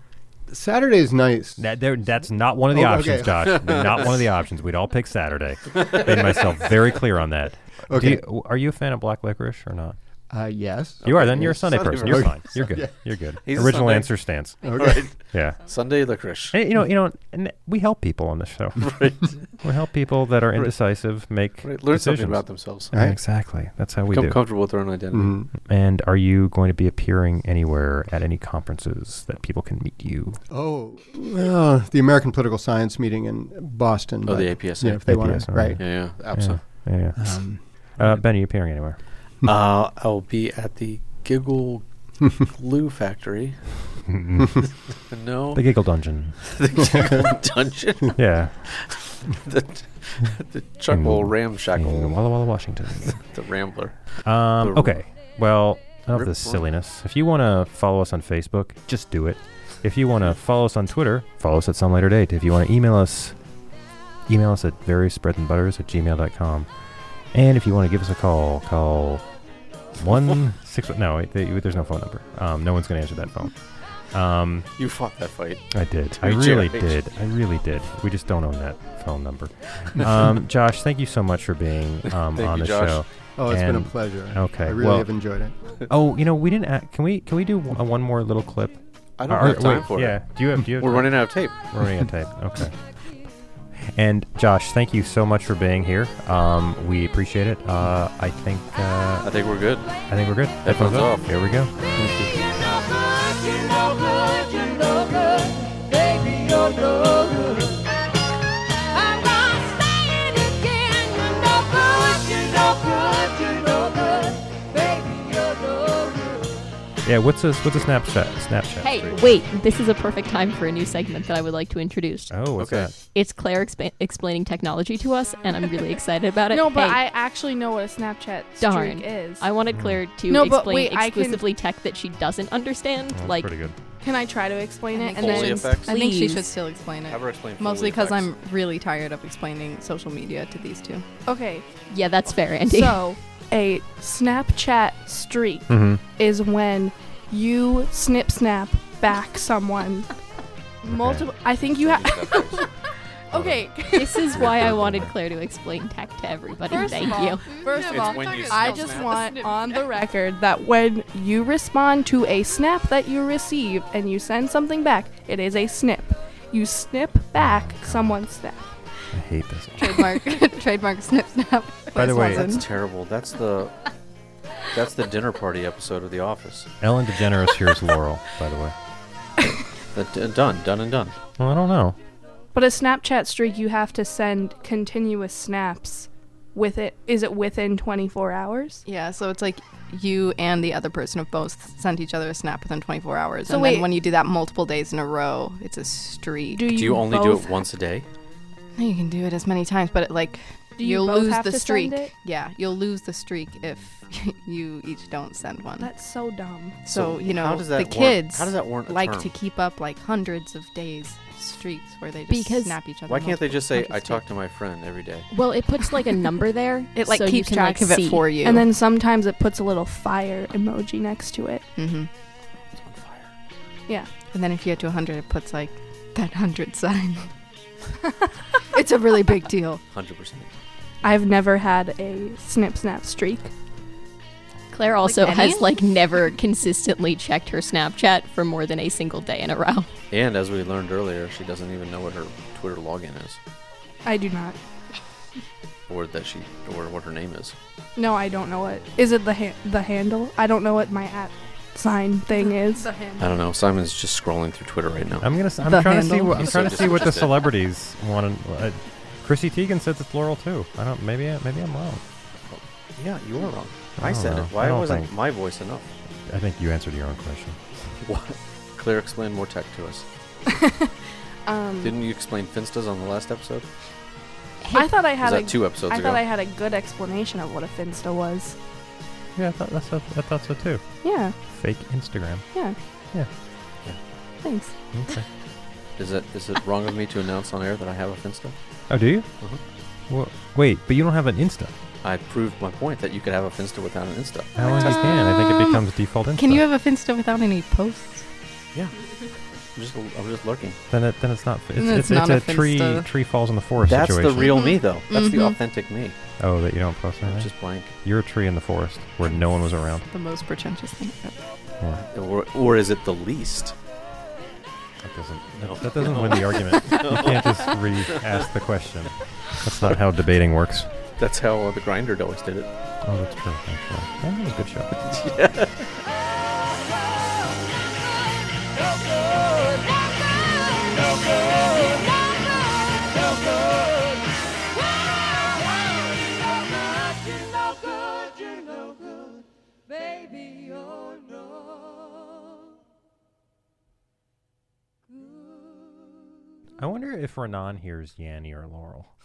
[SPEAKER 5] Saturday is nice.
[SPEAKER 4] That there, that's not one of the
[SPEAKER 5] Oh,
[SPEAKER 4] options,
[SPEAKER 5] okay.
[SPEAKER 4] Josh. not one of the options. We'd all pick Saturday. Made myself very clear on that. Do
[SPEAKER 5] Okay.
[SPEAKER 4] you- w- are you a fan of black licorice or not?
[SPEAKER 5] Uh, yes.
[SPEAKER 4] You are. Then you're a Sunday
[SPEAKER 3] Sunday
[SPEAKER 4] person. You're
[SPEAKER 5] person.
[SPEAKER 4] fine. You're good. You're good.
[SPEAKER 3] He's a
[SPEAKER 4] Original
[SPEAKER 3] Sunday.
[SPEAKER 4] answer stands.
[SPEAKER 5] Okay.
[SPEAKER 4] Yeah.
[SPEAKER 3] Sunday licorice.
[SPEAKER 4] And, you know. You know. And we help people on this show.
[SPEAKER 3] Right.
[SPEAKER 4] we help people that are indecisive make
[SPEAKER 3] Right. Learn
[SPEAKER 4] decisions.
[SPEAKER 3] something about themselves.
[SPEAKER 4] Right,
[SPEAKER 5] Right.
[SPEAKER 4] Exactly. That's how we
[SPEAKER 3] Become
[SPEAKER 4] do. Mm-hmm.
[SPEAKER 3] comfortable with their own identity.
[SPEAKER 5] Mhm.
[SPEAKER 4] And are you going to be appearing anywhere at any conferences that people can meet you?
[SPEAKER 5] Oh, well, the American Political Science meeting in Boston.
[SPEAKER 3] Oh,
[SPEAKER 5] but,
[SPEAKER 3] the APSA.
[SPEAKER 5] Yeah, if they want to.
[SPEAKER 4] APSA,
[SPEAKER 5] Right.
[SPEAKER 3] Yeah, yeah,
[SPEAKER 4] Yeah.
[SPEAKER 3] absolutely.
[SPEAKER 4] Yeah. yeah.
[SPEAKER 5] Um,
[SPEAKER 4] Uh, ben, are you appearing anywhere?
[SPEAKER 3] Uh, I'll be at the Giggle
[SPEAKER 5] Um,
[SPEAKER 3] Glue Factory. no,
[SPEAKER 4] The Giggle Dungeon.
[SPEAKER 3] the Giggle Dungeon.
[SPEAKER 4] Yeah.
[SPEAKER 3] the, the Chuckle
[SPEAKER 4] In
[SPEAKER 3] Ramshackle.
[SPEAKER 4] Walla Walla, Washington.
[SPEAKER 3] The Rambler.
[SPEAKER 4] Um,
[SPEAKER 3] The-
[SPEAKER 4] okay. Well, enough of
[SPEAKER 3] Rip-
[SPEAKER 4] this silliness. If you want to follow us on Facebook, just do it. If you want to follow us on Twitter, follow us at some later date. If you want to email us, email us at various at gmail.com. And if you want to give us a call, call one six. No, wait, they, there's no phone number. Um, no one's going to answer that phone. Um,
[SPEAKER 3] You fought that fight.
[SPEAKER 4] I did. I
[SPEAKER 3] Reach
[SPEAKER 4] really
[SPEAKER 3] out.
[SPEAKER 4] did. I really did. We just don't own that phone number. Um, Josh, thank you so much for being um,
[SPEAKER 3] Thank
[SPEAKER 4] on
[SPEAKER 3] you,
[SPEAKER 4] the
[SPEAKER 3] Josh.
[SPEAKER 4] show.
[SPEAKER 5] oh, it's been a
[SPEAKER 4] And-
[SPEAKER 5] pleasure.
[SPEAKER 4] okay,
[SPEAKER 5] I really
[SPEAKER 4] well-
[SPEAKER 5] have enjoyed it.
[SPEAKER 4] Oh, you know, we didn't. Act, can we? Can we do one, uh, one more little clip?
[SPEAKER 3] I don't
[SPEAKER 4] Or-
[SPEAKER 3] have time
[SPEAKER 4] wait,
[SPEAKER 3] for
[SPEAKER 4] yeah.
[SPEAKER 3] it.
[SPEAKER 4] Do you have? Do you have?
[SPEAKER 3] We're running out of tape.
[SPEAKER 4] We're running out of tape. Okay. And Josh, thank you so much for being here. Um, we appreciate it. Uh, I think uh,
[SPEAKER 3] I think we're good.
[SPEAKER 4] I think we're good.
[SPEAKER 3] Headphones
[SPEAKER 4] up.
[SPEAKER 3] off.
[SPEAKER 4] Here we go. Yeah. What's a what's a Snapchat? Snapchat.
[SPEAKER 7] Hey, wait. This is a perfect time for a new segment that I would like to introduce.
[SPEAKER 4] Oh, what's
[SPEAKER 3] Okay.
[SPEAKER 4] that?
[SPEAKER 7] It's Claire expa- explaining technology to us, and I'm really excited about it.
[SPEAKER 1] No, but
[SPEAKER 7] Hey,
[SPEAKER 1] I actually know what a Snapchat streak
[SPEAKER 7] darn
[SPEAKER 1] is.
[SPEAKER 7] I wanted Claire to
[SPEAKER 1] No, but
[SPEAKER 7] explain
[SPEAKER 1] wait, I can-
[SPEAKER 7] exclusively tech that she doesn't understand.
[SPEAKER 4] That's
[SPEAKER 7] like,
[SPEAKER 4] pretty good.
[SPEAKER 1] Can I try to explain it?
[SPEAKER 6] I think
[SPEAKER 1] And
[SPEAKER 6] she
[SPEAKER 1] then
[SPEAKER 3] Foley
[SPEAKER 6] should-
[SPEAKER 3] effects?
[SPEAKER 6] I think she
[SPEAKER 7] Please.
[SPEAKER 6] should still explain it.
[SPEAKER 3] Have her explain. Foley
[SPEAKER 6] Mostly because I'm
[SPEAKER 3] effects.
[SPEAKER 6] really tired of explaining social media to these two.
[SPEAKER 1] okay.
[SPEAKER 7] yeah, that's fair, Andy.
[SPEAKER 1] So a Snapchat streak
[SPEAKER 4] Mm-hmm.
[SPEAKER 1] is when you snip snap back someone. Multiple. I think you have. Okay.
[SPEAKER 7] this is why I wanted Claire to explain tech to everybody.
[SPEAKER 1] First of
[SPEAKER 7] Thank
[SPEAKER 1] all-
[SPEAKER 7] you.
[SPEAKER 1] First of
[SPEAKER 3] It's
[SPEAKER 1] all,
[SPEAKER 3] when you
[SPEAKER 1] I
[SPEAKER 3] snap
[SPEAKER 1] just
[SPEAKER 3] snap.
[SPEAKER 1] want on the record that when you respond to a snap that you receive and you send something back, it is a snip. You snip back someone's snap.
[SPEAKER 4] I hate this.
[SPEAKER 6] Trademark, trademark snip snap.
[SPEAKER 4] By the way,
[SPEAKER 3] That's terrible. That's the. That's the dinner party episode of The Office.
[SPEAKER 4] Ellen DeGeneres hears Laurel. By the way.
[SPEAKER 3] That, done, done, and done.
[SPEAKER 4] Well, I don't know.
[SPEAKER 1] But a Snapchat streak, you have to send continuous snaps. With it, is it within 24 hours?
[SPEAKER 6] Yeah, so it's like you and the other person have both sent each other a snap within 24 hours.
[SPEAKER 1] So
[SPEAKER 6] and
[SPEAKER 1] wait-
[SPEAKER 6] then when you do that multiple days in a row, it's a streak.
[SPEAKER 1] Do you,
[SPEAKER 3] Do you only do
[SPEAKER 1] both-
[SPEAKER 3] it once a day?
[SPEAKER 6] you can do it as many times, but it, like
[SPEAKER 1] Do you
[SPEAKER 6] will
[SPEAKER 1] both
[SPEAKER 6] lose
[SPEAKER 1] have
[SPEAKER 6] the
[SPEAKER 1] to
[SPEAKER 6] streak.
[SPEAKER 1] send it?
[SPEAKER 6] Yeah, you'll lose the streak if you each don't send one.
[SPEAKER 1] That's so dumb.
[SPEAKER 6] so, you know,
[SPEAKER 3] how does that
[SPEAKER 6] the
[SPEAKER 3] warrant-
[SPEAKER 6] kids
[SPEAKER 3] how does that warrant a
[SPEAKER 6] like
[SPEAKER 3] term?
[SPEAKER 6] to keep up like hundreds of days. streaks where they just
[SPEAKER 7] Because-
[SPEAKER 6] snap each other.
[SPEAKER 3] Why can't they
[SPEAKER 6] multiple
[SPEAKER 3] just say,
[SPEAKER 6] punches
[SPEAKER 3] I
[SPEAKER 6] to
[SPEAKER 3] talk
[SPEAKER 6] it?
[SPEAKER 3] to my friend every day?
[SPEAKER 7] Well, it puts like a number there.
[SPEAKER 6] It like
[SPEAKER 7] so you
[SPEAKER 6] keeps
[SPEAKER 7] can,
[SPEAKER 6] track
[SPEAKER 7] like,
[SPEAKER 6] of it
[SPEAKER 7] see.
[SPEAKER 6] for you.
[SPEAKER 1] And then sometimes it puts a little fire emoji next to it.
[SPEAKER 6] hmm
[SPEAKER 1] Yeah.
[SPEAKER 6] And then if you get to 100, it puts like that 100 sign. it's a really big deal.
[SPEAKER 3] 100%.
[SPEAKER 1] I've never had a snip snap streak.
[SPEAKER 7] Claire also
[SPEAKER 6] Like many?
[SPEAKER 7] has like never consistently checked her Snapchat for more than a single day in a row.
[SPEAKER 3] And as we learned earlier, she doesn't even know what her Twitter login is
[SPEAKER 1] I do not.
[SPEAKER 3] or that she or what her name is.
[SPEAKER 1] No, I don't know what. Is it the ha- the handle? I don't know what my at sign thing is.
[SPEAKER 3] I don't know. Simon's just scrolling through Twitter right now.
[SPEAKER 4] I'm gonna. s- I'm
[SPEAKER 6] The
[SPEAKER 4] trying to see.
[SPEAKER 6] handle.
[SPEAKER 4] What, I'm
[SPEAKER 3] He's
[SPEAKER 4] trying
[SPEAKER 3] so
[SPEAKER 4] to see what the
[SPEAKER 3] disinterested.
[SPEAKER 4] celebrities want. Uh, Chrissy Teigen says it's Laurel too. I don't. Maybe. I- Maybe I'm wrong.
[SPEAKER 3] Yeah, you were wrong.
[SPEAKER 4] I
[SPEAKER 3] I,
[SPEAKER 4] don't
[SPEAKER 3] said
[SPEAKER 4] know.
[SPEAKER 3] it.
[SPEAKER 4] I
[SPEAKER 3] Why
[SPEAKER 4] don't
[SPEAKER 3] wasn't
[SPEAKER 4] think-
[SPEAKER 3] my voice enough?
[SPEAKER 4] I think you answered your own question.
[SPEAKER 3] What? Claire, explain more tech to us.
[SPEAKER 1] Um,
[SPEAKER 3] Didn't you explain Finstas on the last episode?
[SPEAKER 1] I thought I
[SPEAKER 3] Was
[SPEAKER 1] had
[SPEAKER 3] that
[SPEAKER 1] a.
[SPEAKER 3] two episodes
[SPEAKER 1] I
[SPEAKER 3] ago?
[SPEAKER 1] thought I had a good explanation of what a finsta was.
[SPEAKER 4] Yeah, I thought, that's, I thought so too.
[SPEAKER 1] Yeah.
[SPEAKER 4] Fake Instagram.
[SPEAKER 1] Yeah.
[SPEAKER 4] Yeah.
[SPEAKER 3] Yeah.
[SPEAKER 1] Thanks.
[SPEAKER 4] Okay.
[SPEAKER 3] Is it is it wrong of me to announce on air that I have a Finsta?
[SPEAKER 4] oh, do you?
[SPEAKER 3] Mhm.
[SPEAKER 4] Well, wait, but you don't have an Insta.
[SPEAKER 3] I proved my point that you could have a Finsta without an Insta.
[SPEAKER 4] I don't think you can. I think it
[SPEAKER 6] Um,
[SPEAKER 4] becomes default Insta.
[SPEAKER 6] Can you have a Finsta without any posts?
[SPEAKER 3] Yeah. I'm just I'm just lurking.
[SPEAKER 4] Then, it, then it's not. It's,
[SPEAKER 6] Then
[SPEAKER 4] it's,
[SPEAKER 6] it's not
[SPEAKER 4] it's a
[SPEAKER 6] a
[SPEAKER 4] tree.
[SPEAKER 6] Finsta.
[SPEAKER 4] Tree falls in the forest
[SPEAKER 3] That's
[SPEAKER 4] situation.
[SPEAKER 3] the real me though. That's
[SPEAKER 1] Mm-hmm.
[SPEAKER 3] the
[SPEAKER 6] Mhm.
[SPEAKER 3] authentic me.
[SPEAKER 4] Oh, that you don't post anything.
[SPEAKER 3] I'm just blank.
[SPEAKER 4] You're a tree in the forest where no one was around.
[SPEAKER 6] The most pretentious thing ever.
[SPEAKER 4] Yeah.
[SPEAKER 3] Or or is it the least?
[SPEAKER 4] That doesn't.
[SPEAKER 3] No.
[SPEAKER 4] That doesn't win the argument. You can't just re-ask the question. That's not how debating works.
[SPEAKER 3] That's how uh, the grinder always did it.
[SPEAKER 4] Oh, that's true. Actually, yeah, that was a good show. I wonder if Renan hears Yanni or Laurel.